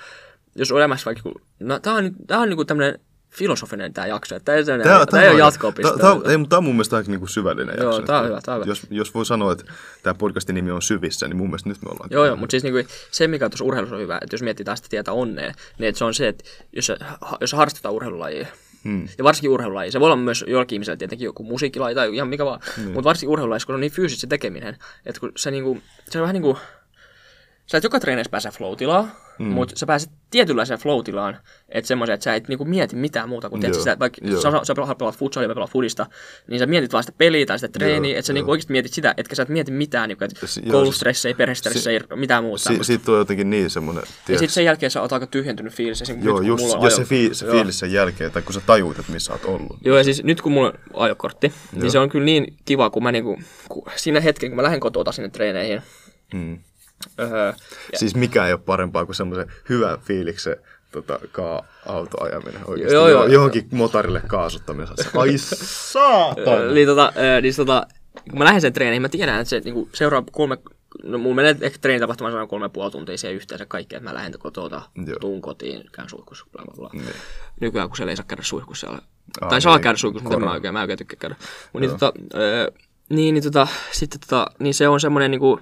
B: jos on elämässä vaikka, kun- no, tää on, tää on niinku tämmönen filosofinen tää jakso, että tää ei, tää, tää, tää ei ole jatko
A: Tämä on, ei, mutta tää on mun mielestä aika niinku syvällinen
B: Joo,
A: jakso.
B: tää on hyvä, tää on hyvä.
A: Jos, jos voi sanoa, että tämä podcastin nimi on syvissä, niin mun mielestä nyt me ollaan.
B: Joo, joo, mutta siis niinku, se, mikä tuossa urheilussa on hyvä, että jos miettii taas sitä tietä onneen, niin että se on se, että jos, sä- ha- jos sä harrastetaan urheilulajia, hmm. ja varsinkin urheilulaji, se voi olla myös jollakin ihmisellä tietenkin joku musiikkilaji tai ihan mikä vaan, hmm. mutta varsinkin urheilulaji, kun se on niin fyysistä se tekeminen, että kun se, niinku, se on vähän niin kuin, sä et joka treeneissä pääse flow
A: Hmm.
B: mm. mutta sä pääset tietynlaiseen flow että semmoisen, että sä et niinku mieti mitään muuta kuin, tiedät,
A: Joo,
B: sä, vaikka
A: joo.
B: sä, sä pelaat, pelaat futsalia, mä pelaan fudista, niin sä mietit vaan sitä peliä tai sitä treeniä, että sä niinku oikeasti mietit sitä, etkä sä et mieti mitään, niinku, että
A: Si- joo, siis-
B: koulustressejä, perhestressejä, mitään muuta.
A: Si, siitä tulee jotenkin niin semmoinen,
B: Ja sitten sen jälkeen sä oot aika tyhjentynyt fiilis. Esim.
A: Joo,
B: nyt, kun
A: just,
B: mulla on
A: ja
B: ajo-
A: se, fii, se
B: Joo.
A: fiilis sen jälkeen, tai kun sä tajuut, että missä sä oot ollut.
B: Joo, ja siis nyt kun mulla on ajokortti, Joo. niin se on kyllä niin kiva, kun mä niinku, kun siinä hetken, kun mä lähden kotoa sinne treeneihin,
A: Mm.
B: öö,
A: Siis mikä ei ole parempaa kuin semmoisen hyvän fiiliksen tota, kaa autoajaminen oikeasti.
B: Joo,
A: Joo,
B: joo.
A: joo, johonkin motorille kaasuttaminen. Ai saatana!
B: Eli tota, ö, niin, se tota, kun mä lähden sen treeniin, mä tiedän, että se niinku, seuraa kolme, no mulla menee ehkä treeni tapahtumaan sanon kolme ja puoli tuntia siihen yhteensä kaikkea, että mä lähden kotoa,
A: Joo.
B: tuun kotiin, käyn suihkussa, bla bla bla.
A: Niin.
B: Nykyään, kun siellä ei saa käydä suihkussa, siellä.
A: Aa,
B: tai saa
A: niin,
B: käydä suihkussa, mutta en mä
A: korona.
B: oikein, mä en oikein tykkää käydä. Mut niin, tota, ö, niin, niin, tota, sitten tota, niin se on semmoinen niinku,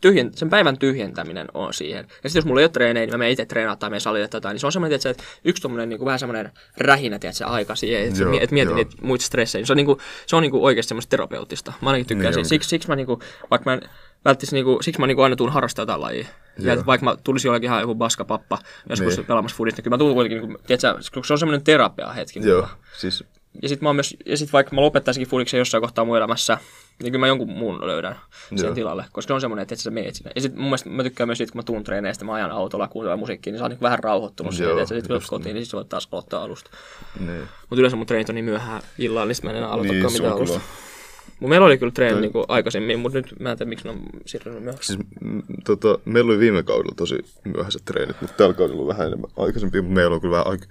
B: tyhjen, sen päivän tyhjentäminen on siihen. Ja sitten jos mulla ei ole treenejä, niin mä menen itse treenaa tai menen salille tai jotain, niin se on semmoinen, tiedätkö, että yksi tommonen niin kuin, vähän semmoinen rähinä, tiedätkö, aika siihen, että
A: Joo,
B: mie- et mietin
A: joo.
B: niitä muita stressejä. Niin Se on, niin kuin, se on niin kuin oikeasti semmoista terapeuttista. Mä ainakin tykkään
A: Niin
B: siitä.
A: onkin.
B: Siksi, siksi mä niin kuin, vaikka mä en, välttis, niin kuin, siksi mä niin kuin aina tuun harrastaa jotain lajia. Ja että vaikka mä tulisin jollekin ihan joku baskapappa joskus
A: Niin.
B: pelaamassa fudista, niin kyllä mä tuun kuitenkin, niin kuin, tiedätkö, kun se on semmoinen terapia hetki.
A: Joo, siis
B: Ja sit, mä oon myös, ja sit vaikka mä lopettaisinkin fudiksen jossain kohtaa mun elämässä, niin kyllä mä jonkun muun löydän siihen
A: Joo.
B: tilalle, koska se on semmoinen, että et sä meet sinne. Ja sit mun mielestä mä tykkään myös siitä, kun mä tuun treeneistä, mä ajan autolla kuuntelemaan musiikkia, niin sä oot niinku vähän rauhoittunut
A: Joo,
B: siitä, että sit kun oot
A: just
B: kotiin, niin sit sä voit taas aloittaa alusta.
A: niin.
B: Mutta yleensä mun treenit on niin myöhään illalla, niin sit mä en enää aloitakaan
A: Niin,
B: mitään
A: sulla
B: alusta.
A: on.
B: Mun meillä oli kyllä treeni niinku aikaisemmin, mutta nyt mä en tiedä, miksi ne on siirtynyt myöhässä.
A: Siis, mm, tota, meillä oli viime kaudella tosi myöhäiset treenit, mutta tällä kaudella on vähän enemmän aikaisempi, mutta meillä on kyllä vähän aika,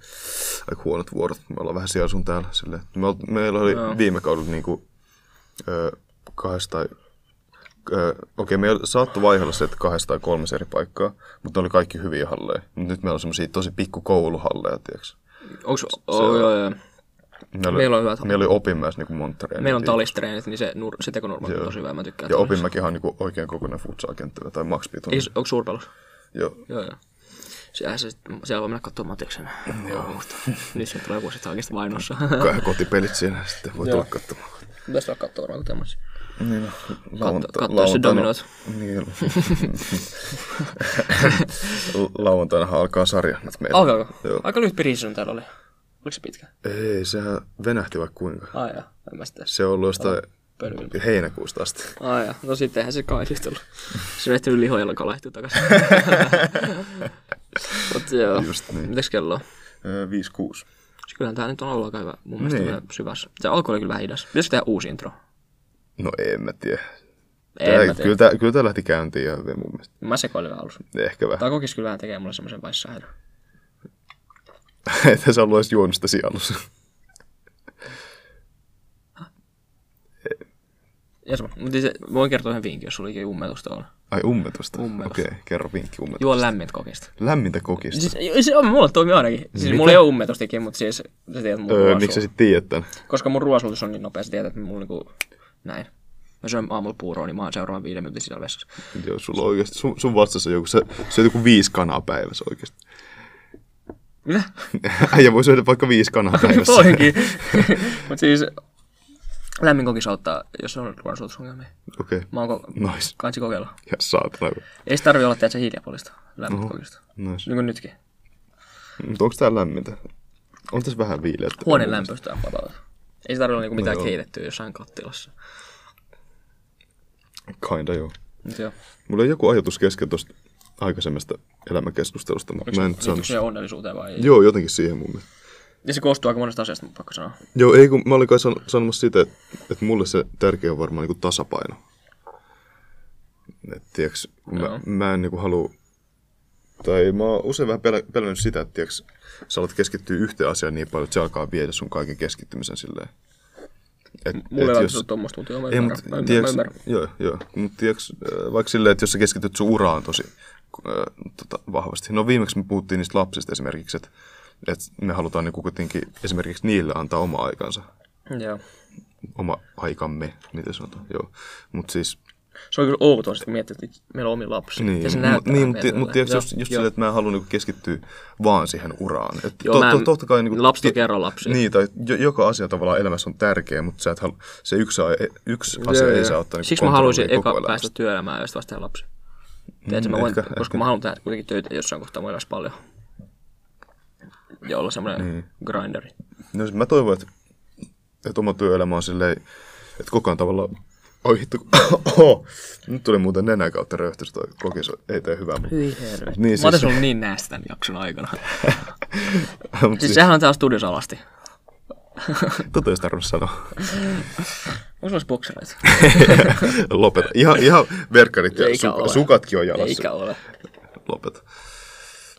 A: aika huonot vuorot. Me ollaan vähän siellä sun täällä. Silleen. Me ol, meillä oli
B: Joo.
A: viime kaudella niin kuin, ö, kahdesta tai Ö, Okei, meillä saattoi vaihdella se, että kahdesta tai kolmessa eri paikkaa, mutta ne oli kaikki hyviä halleja. Mut nyt meillä on semmoisia tosi pikku kouluhalleja, tiiäks.
B: Onks, oh, joo, joo.
A: Meillä,
B: Meillä on hyvät-
A: Meillä oli opinmäessä niin monta treeniä.
B: Meillä on
A: viikossa.
B: talistreenit, niin se, nur, se tekonurma on
A: Joo.
B: tosi hyvä, mä tykkään.
A: Ja
B: talista.
A: opinmäkihan on niin oikein kokoinen futsal-kenttälä tai makspituinen.
B: Eikö, onko suurpelus?
A: Joo,
B: Siis Joo, joo. Siellä, se, siellä voi mennä katsomaan Matiksen. Joo. Nyt se tulee joku sitten oikeasti vainossa.
A: Kai kotipelit siinä sitten voi tulla katsomaan.
B: Pitäisi olla katsoa varmaan kutemassa.
A: Lauanta-
B: katso, jos se
A: lauantaina-
B: dominoit.
A: Niin. Lauantainahan alkaa sarja nyt meillä.
B: Alkaako?
A: Joo.
B: Aika lyhyt pirisin täällä oli. Oliko se pitkä?
A: Ei, sehän venähti vaikka kuinka.
B: Ai jaa, en mä sitä
A: Se on ollut jostain
B: pölyllä.
A: heinäkuusta asti.
B: Ai jaa, no sittenhän se kaihdistellut. Se vehtynyt lihoja, joka laihtuu takaisin. Mut joo,
A: Just niin.
B: mitäs kello on?
A: Öö, 5-6.
B: Siis Kyllähän tää nyt on ollut aika hyvä mun mielestä
A: Niin.
B: niin. syvässä. Se alkoi oli kyllä vähän hidas. Pitäisikö tehdä uusi intro?
A: No en mä tiedä.
B: En mä tiedä.
A: kyllä, tää, kyllä tää lähti käyntiin ihan hyvin mun mielestä. Niin,
B: Mä sekoilin vähän alussa.
A: Ehkä vähän.
B: Tää kokis kyllä vähän tekee mulle semmosen vaissahdon.
A: Että sä ollut edes juonut sitä siinä alussa.
B: Jes, mutta se, voin kertoa yhden vinkin, jos sulla oli ummetusta on.
A: Ai ummetusta.
B: Ummetusta.
A: Okei, kerro vinkki ummetusta.
B: Juo lämmintä kokista.
A: Lämmintä kokista.
B: Siis, se on, mulla toimii ainakin. Siis
A: Mitä?
B: mulla ei ole ummetustikin, mutta siis sä tiedät mun
A: Öö,
B: öö,
A: miksi sä sit tiedät tän?
B: Koska mun ruoasulutus on niin nopea, sä tiedät, että mulla niinku näin. Mä syön aamulla puuroa, niin mä oon seuraavan viiden minuutin sisällä vessassa.
A: Joo, sulla on oikeasti, sun, sun vastassa on joku, sä syöt joku viisi kanaa päivässä oikeasti.
B: Mitä?
A: Äijä voi syödä vaikka viisi kanaa päivässä.
B: Voinkin. Mutta siis lämmin kokis auttaa, jos on ruoansuotusongelmia.
A: Okei, okay.
B: Mä oonko
A: nice.
B: kansi kokeilla.
A: Ja saatana.
B: Ei se tarvi olla tiedätkö hiiliapolista lämmin kokista.
A: Nice.
B: Niin kuin nytkin.
A: Mutta onko tää lämmintä? On tässä vähän viileätä.
B: Huoneen lämpöstä on vapauta. Ei se tarvi olla niinku mitään
A: joo.
B: keitettyä jossain kattilassa.
A: Kinda joo.
B: Mut joo.
A: Mulla on joku ajatus kesken tuosta aikaisemmasta elämänkeskustelusta, mutta mä en nyt
B: Liittyykö
A: saanut...
B: se onnellisuuteen vai ei?
A: Joo, jotenkin siihen mun mielestä.
B: Ja se koostuu aika monesta asiasta, mun pakko sanoa.
A: Joo, ei kun mä olin kai san- sanomassa sitä, että, että mulle se tärkeä on varmaan niin tasapaino. Et, tiiäks, mä,
B: Joo.
A: mä en niin halua, tai mä oon usein vähän pelä- pelännyt sitä, että tiiäks, sä alat keskittyä yhteen asiaan niin paljon, että se alkaa viedä sun kaiken keskittymisen silleen. Et,
B: Mulla
A: et
B: ei ole jos... tuommoista, mutta joo, mä
A: Ei,
B: ymmärrän.
A: mutta
B: Mä ymmärrän, mä
A: tiiäks,
B: ymmärrän.
A: joo, joo, mut tiiäks, äh, vaikka silleen, että jos sä keskityt sun uraan tosi äh, tota, vahvasti. No viimeksi me puhuttiin niistä lapsista esimerkiksi, että, että me halutaan niin kuitenkin esimerkiksi niille antaa oma aikansa
B: Joo.
A: oma aikamme, miten sanotaan, joo. Mutta siis,
B: Se on kyllä outoa, sit kun miettii, että meillä on omia lapsia.
A: niin,
B: ja se
A: mut,
B: näyttää
A: niin,
B: meiltä
A: mutta mut,
B: tälleen.
A: tiiäks,
B: Joo,
A: just, just
B: joo.
A: silleen, että mä haluan niinku keskittyä vaan siihen uraan. Et
B: Joo,
A: to,
B: mä
A: to,
B: en-
A: totta kai, niinku,
B: Lapset on
A: ti-
B: kerran lapsia.
A: Niin, tai jo, joka asia tavallaan elämässä on tärkeä, mutta sä et halu, se yksi, a- e- yksi asia
B: Joo,
A: ei
B: joo.
A: saa ottaa niinku
B: Siksi mä haluaisin
A: kontrollia
B: eka
A: koko elämästä. Mm,
B: päästä työelämään ja sitten vasta tehdä lapsi. Tiedätkö, mä voin,
A: ehkä-
B: koska mä haluan tehdä kuitenkin töitä jossain kohtaa mun elämässä paljon. Ja olla semmoinen
A: Niin.
B: grinderi.
A: No siis mä toivon, että, että oma työelämä on silleen, että koko ajan tavallaan... Oi hitto, kun- Oho. nyt tuli muuten nenän kautta röyhtys toi kokis, ei tee hyvää. Mutta,
B: Hyi helvetti.
A: Niin,
B: Niin, mä oon
A: siis-
B: tässä ollut niin näästä tämän jakson aikana.
A: mutta
B: siis
A: siis,
B: sehän on täällä studiossa alasti.
A: tota ei olisi tarvinnut sanoa.
B: Onko sulla boksereita?
A: Lopeta. Ihan, ihan verkkarit ja
B: Eikä
A: su-
B: ole.
A: sukatkin on jalassa.
B: Eikä ole.
A: Lopeta.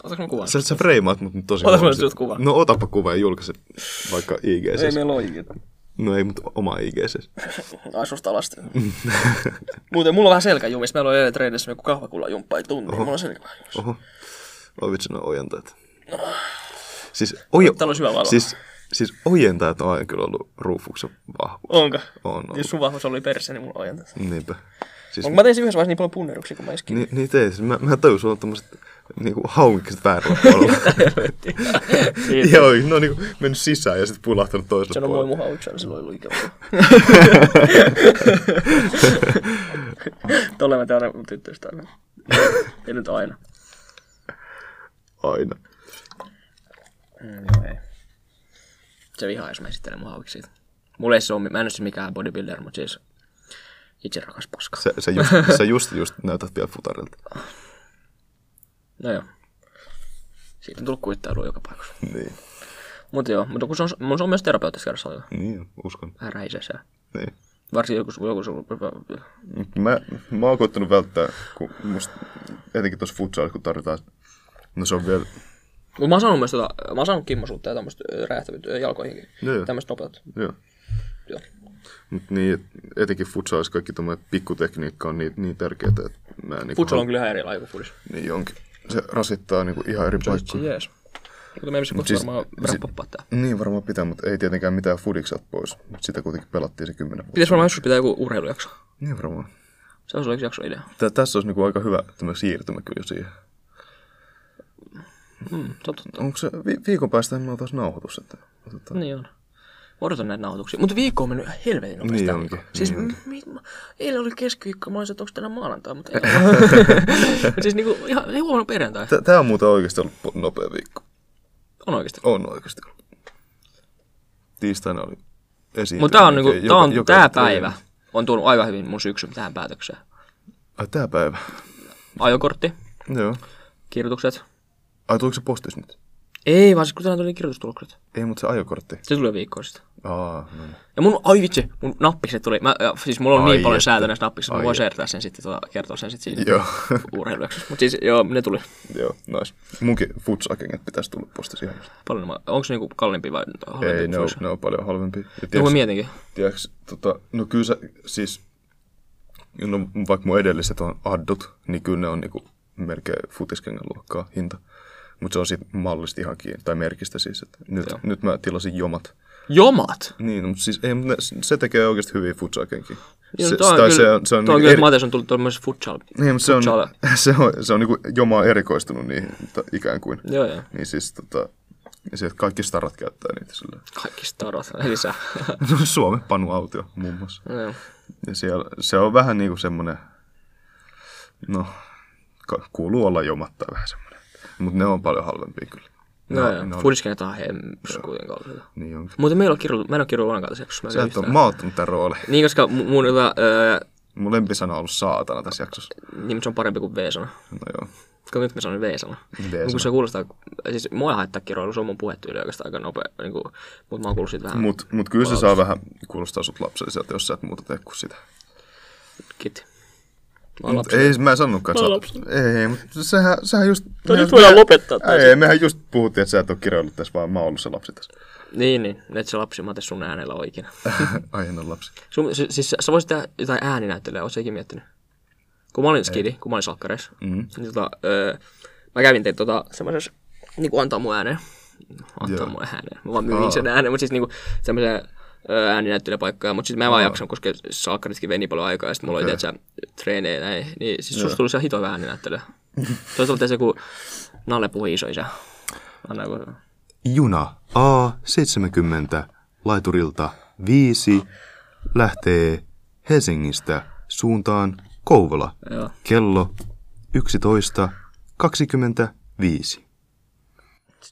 B: Otaks mä kuvan?
A: Sä, sä freimaat mut nyt tosi
B: Ota
A: huonosti.
B: mä nyt kuvan.
A: No otapa kuva ja julkaise vaikka ig
B: Ei
A: me...
B: meillä ole ikinä.
A: No ei, mutta oma siis. ig
B: Ai susta alasti. Muuten mulla on vähän selkäjumissa. Meillä on eilen treenissä joku kahvakullajumppa ei tunnu. Mulla on selkäjumissa.
A: Oho. Oi vitsi, no ojentajat. Siis, ojo...
B: Täällä olisi hyvä valo.
A: siis, siis ojentajat on aina kyllä ollut ruufuksen vahvuus.
B: Onko?
A: On ollut.
B: Jos sun vahvuus oli perse, niin mulla on ojentaa.
A: Niinpä. Siis,
B: Onko mä teisin yhdessä vaiheessa niin paljon punneruksia, kun mä iskin?
A: ni, niitä ei. Siis mä, mä tajusin, sulla on tommoset niinku haukkiset väärällä puolella.
B: Siitä.
A: Joo, ne on niinku mennyt sisään ja sitten pulahtanut toiselle
B: Se on
A: puolelle.
B: voi muha yksi aina, silloin ollut ikävä. Tolle mä tein aina mun tyttöistä aina. ei nyt aina.
A: Aina.
B: Mm, joo, ei. Se vihaa, jos mä esittelen mun hauiksi siitä. Mulla ei se ole, mä en ole siis mikään bodybuilder, mutta siis itse rakas paska.
A: Sä, sä, just, sä just, just näytät vielä futarilta.
B: No joo. Siitä on tullut kuittailua joka paikassa.
A: Niin,
B: Mutta joo, mutta kun se on, mun se on myös terapeutista käydä salilla.
A: niin uskon.
B: Vähän räisesää.
A: Niin.
B: Varsinkin joku, joku, joku
A: Mut Mä, mä oon koittanut välttää, kun musta, etenkin tuossa futsalissa, kun tarvitaan, no se on vielä,
B: Mut mä oon saanut myös tota, mä oon saanut kimmosuutta ja tämmöistä räjähtävyyttä jalkoihinkin.
A: Joo, joo.
B: Tämmöistä nopeutta.
A: joo.
B: Joo.
A: Mut niin, et- etenkin futsalissa kaikki tuommoinen pikkutekniikka on niin, niin tärkeää, että mä en niinku,
B: Futsal on kyllä ihan eri laji kuin fudis.
A: niin onkin. Se rasittaa niinku ihan eri paikkoja.
B: Jees. Mutta me ei missä kohta
A: siis-
B: varmaan rappappaa tää.
A: Niin varmaan pitää, mutta ei tietenkään mitään fudiksat pois. Mut Sitä kuitenkin pelattiin se kymmenen vuotta.
B: Pitäis varmaan joskus pitää joku urheilujakso.
A: Niin varmaan.
B: Se on yksi jakso idea.
A: Tä, tässä olisi niinku aika hyvä tämä siirtymä kyllä siihen.
B: Mm, se on totta.
A: Onko se vi- viikon päästä meillä on taas nauhoitus? Että otetaan.
B: Niin on. Mä Odotan näitä nauhoituksia. Mutta viikko on mennyt ihan helvetin nopeasti.
A: Niin
B: tää
A: onkin,
B: viikko. Siis
A: niin
B: niin mi- mi- eilen oli keskiviikko, mä olisin, että onko tänään maanantai, mutta ei ole. Mut siis niinku ihan ei huono perjantai.
A: Tä- Tää on muuten oikeasti ollut po- nopea viikko.
B: On oikeesti.
A: On oikeasti ollut. Tiistaina oli esiin.
B: Mutta tää on niinku, tää on tää päivä. On tuonut aika hyvin mun syksyn tähän päätökseen.
A: Ai tää päivä.
B: Ajokortti,
A: Joo.
B: kirjoitukset,
A: Ai tuliko se postis nyt?
B: Ei, vaan siis kun tänään tuli kirjoitustulokset.
A: Ei, mutta se ajokortti.
B: Se tuli jo viikkoa sitten.
A: Aa, no. niin.
B: Ja mun, ai vitsi, mun nappikset tuli. Mä, ja siis mulla on
A: Ai
B: niin paljon
A: että.
B: säätöä näissä nappiksissa,
A: Ai
B: mä voin seertää sen sitten, tota, kertoa sen sitten siinä
A: Joo.
B: urheilujaksossa. Mutta siis joo, ne tuli.
A: Joo, nice. Munkin futsakengät pitäisi tulla postis ihan.
B: Paljon nämä, onko se niinku kalliimpi vai
A: Ei,
B: halvempi
A: ne on, ne on paljon halvempi. Ja
B: No mä
A: tiedätkö,
B: mietinkin.
A: tiedätkö, tota, no kyllä sä, siis, no vaikka mun edelliset on addut, niin kyllä ne on niinku melkein futiskengän luokkaa hinta. Mutta se on siitä mallista ihan kiinni, tai merkistä siis. Että nyt,
B: Joo.
A: nyt mä tilasin jomat.
B: Jomat!
A: Niin, mutta siis ei, mut ne, se tekee oikeasti hyviä futsakenkin.
B: Joo,
A: Se,
B: no toi on
A: tai
B: kyllä,
A: se on, se on,
B: toi on
A: niinku
B: kyllä, että
A: eri,
B: Matias on tullut tuommoisessa futsal.
A: niin, mut se on,
B: futsal-
A: se on, se on niinku jomaa erikoistunut niihin ta, niin, ikään kuin.
B: Joo, joo.
A: Niin siis tota, Ja sieltä kaikki starat käyttää niitä silleen.
B: Kaikki starot, lisää.
A: Suomen Panu Autio muun muassa.
B: Joo.
A: Ja siellä, se on vähän niin kuin semmoinen, no, ka- kuuluu olla jomatta vähän semmoinen. Mutta ne on paljon halvempia kyllä. Ne
B: No,
A: on- ne
B: joo.
A: on-
B: Fudiskenet on hemms kuitenkaan.
A: Niin onkin.
B: Mutta meillä on kirjoitu, mä en ole kirjoitu ollenkaan tässä jaksossa.
A: Sä
B: Mä
A: et
B: yhtään.
A: ole, mä oon ottanut tämän rooli.
B: Niin, koska mu- mun jota, öö,
A: Mun lempisana on ollut saatana tässä jaksossa.
B: niin se on parempi kuin V-sana.
A: No joo.
B: Koska nyt mä sanon V-sana.
A: V-sana.
B: Kun se kuulostaa, siis mua ei haittaa kiroilu, se on mun puhetyyli oikeastaan aika nopea. Niin kuin, mutta mä oon kuullut siitä vähän
A: Mut, mut kyllä se saa vähän kuulostaa sut lapselliselta, jos sä et muuta tee kuin sitä.
B: kit. Mä oon
A: Mut ei, mä en sanonutkaan, että sä oot- Ei, mutta sehän, sehän just... No
B: nyt voidaan lopettaa tää
A: Ei, mehän just puhuttiin, että sä et ole kirjoillut tässä, vaan mä oon ollut se lapsi tässä.
B: Niin, niin. Et se lapsi, mä teen sun äänellä ole ikinä.
A: Ai, en ole lapsi.
B: Sun, si- siis sä- sä voisit tehdä jotain ääninäyttelyä, oot sä ikinä miettinyt? Kun mä olin skidi, kun mä olin salkkareissa, mm-hmm. niin tota, öö, mä kävin tein tota semmoisessa, niinku antaa mun ääneen. Antaa
A: Joo.
B: mun ääneen. Mä vaan myin sen ääneen, mutta siis niinku semmoiseen ääninäyttelypaikkaan, mutta sitten siis mä en vaan jaksanut, koska salkkaritkin vei niin paljon aikaa, ja sitten mulla oli tietysti treenejä näin, niin siis susta tuli se hito ääninäyttelyä. Toisaalta tässä joku Nalle puhui isoisä. Anna joku.
A: Juna A70 laiturilta 5 lähtee Helsingistä suuntaan Kouvola.
B: Joo.
A: Kello 11.25.
B: Sitten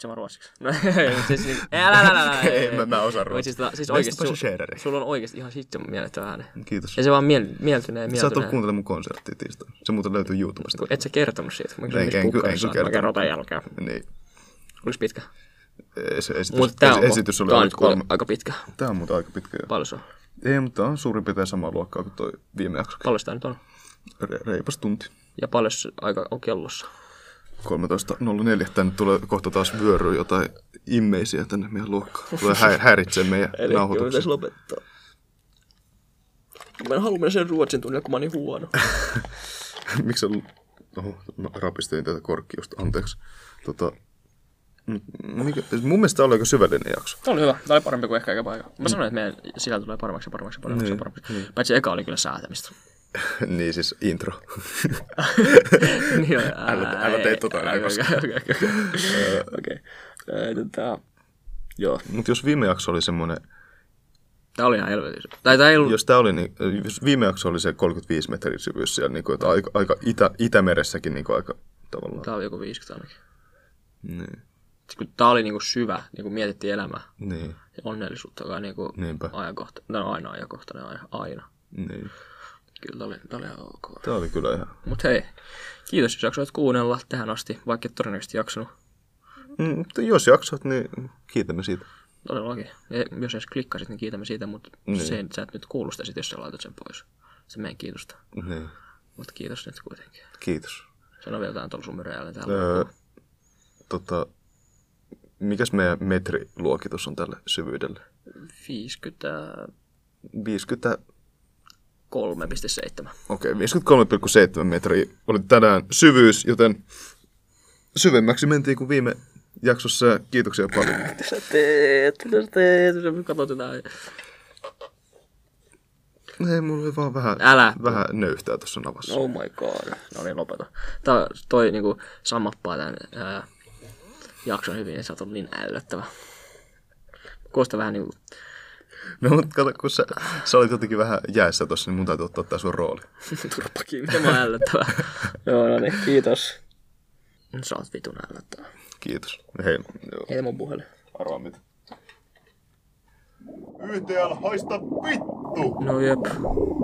B: se vaan ruotsiksi. No ei, mut siis niin, älä, älä, älä, älä,
A: Ei, mä- mä osaan
B: Mut siis, tota, siis
A: Mä
B: oikeesti,
A: istun
B: sul,
A: shaderiksi.
B: sulla on oikeesti ihan sitten mielettömän ääni.
A: Kiitos.
B: Ja se vaan miel, mieltyneen,
A: Sä et ole
B: mieltyneen.
A: kuuntelemaan mun konserttia tiistaina. Se muuten löytyy YouTubesta.
B: Et sä kertonut siitä. Mä
A: En-
B: kysyin, missä
A: en- en-
B: kukkarossa
A: en-
B: on. Mä
A: kertonut.
B: kerron tämän jälkeen.
A: Niin.
B: Olis pitkä.
A: Se esitys,
B: Mut tää on,
A: esitys oli
B: tää on
A: aika
B: nyt kuule
A: kolme.
B: aika pitkä.
A: Tämä on muuten aika pitkä jo.
B: Paljon se on.
A: Ei, mutta tää on suurin piirtein samaa luokkaa kuin toi viime jakso.
B: Paljon sitä nyt on.
A: Re- reipas tunti.
B: Ja paljon se aika on kellossa.
A: 13.04. Tänne tulee kohta taas vyöryä jotain immeisiä tänne meidän luokkaan. Tulee hä- häiritsee meidän nauhoituksen.
B: lopettaa. Mä en halua mennä sen ruotsin tunnille, kun mä oon niin huono.
A: Miksi sä... lu- Oho, no, mä rapistelin tätä korkkia just, anteeksi. Tota, m- mikä, mun mielestä tää oli aika syvällinen jakso.
B: Tämä oli hyvä. Tämä oli parempi kuin ehkä eka aika. Mä sanoin, että meidän sisältö tulee paremmaksi ja paremmaksi ja paremmaksi. ja paremmaksi. Paitsi eka oli kyllä säätämistä.
A: niin siis intro.
B: niin, joo,
A: Älä- älä tee tota enää
B: älä-
A: koskaan.
B: Okei, okei, okei. Okei. Ää, tota, Joo.
A: Mutta jos viime jakso oli semmoinen,
B: Tää oli ihan helvetin. Tai tää ei ollut...
A: jos tää oli, niin, jos viime jakso oli se 35 metrin syvyys siellä, niin kuin, että aika, aika itä, Itämeressäkin niin kuin, aika tavallaan.
B: Tää oli joku 50 ainakin.
A: Niin.
B: Siis Kun tää oli niinku syvä, niinku mietittiin elämää
A: Niin,
B: ja onnellisuutta, joka on niinku
A: Niinpä.
B: ajankohta. Tää on aina ajankohtainen, aina. aina.
A: niin.
B: Kyllä tää oli, tää oli ihan ok.
A: Tää oli kyllä ihan...
B: Mut hei, kiitos jos jaksoit kuunnella tähän asti, vaikka et todennäköisesti jaksanut.
A: Mm, mutta jos jaksat, niin kiitämme siitä.
B: Todellakin. Ja jos edes klikkasit, niin kiitämme siitä, mutta niin. se, sä et nyt kuulu sitä sit, jos sä laitat sen pois. Se meidän kiitosta.
A: Niin,
B: Mutta kiitos nyt kuitenkin.
A: kiitos.
B: Sano vielä jotain tuolla sun myräjällä täällä.
A: Öö, tota, mikäs meidän metriluokitus on tälle syvyydelle?
B: 53,7.
A: 50 Okei, 53,7 metriä oli tänään syvyys, joten syvemmäksi mentiin kuin viime jaksossa. ja Kiitoksia paljon.
B: Mitä sä teet? Mitä sä teet? Sä katsot jotain.
A: Ei, mulla oli vaan vähän,
B: Älä.
A: vähän nöyhtää tuossa navassa.
B: Oh my god. No niin, lopeta. Tää toi niinku sammappaa tän ää, jakson hyvin, että sä oot ollut niin ällöttävä. Kuulostaa vähän niinku...
A: No, mutta kato, kun sä, sä olit jotenkin vähän jäässä tuossa, niin mun täytyy ottaa tää sun rooli.
B: Turpakin, mitä mä oon ällöttävä. Joo, no niin, kiitos. Sä oot vitun ällöttävä.
A: Kiitos. Hei. Joo.
B: Heitä mun puhelin.
A: Arvaa mitä. YTL haista vittu!
B: No jep.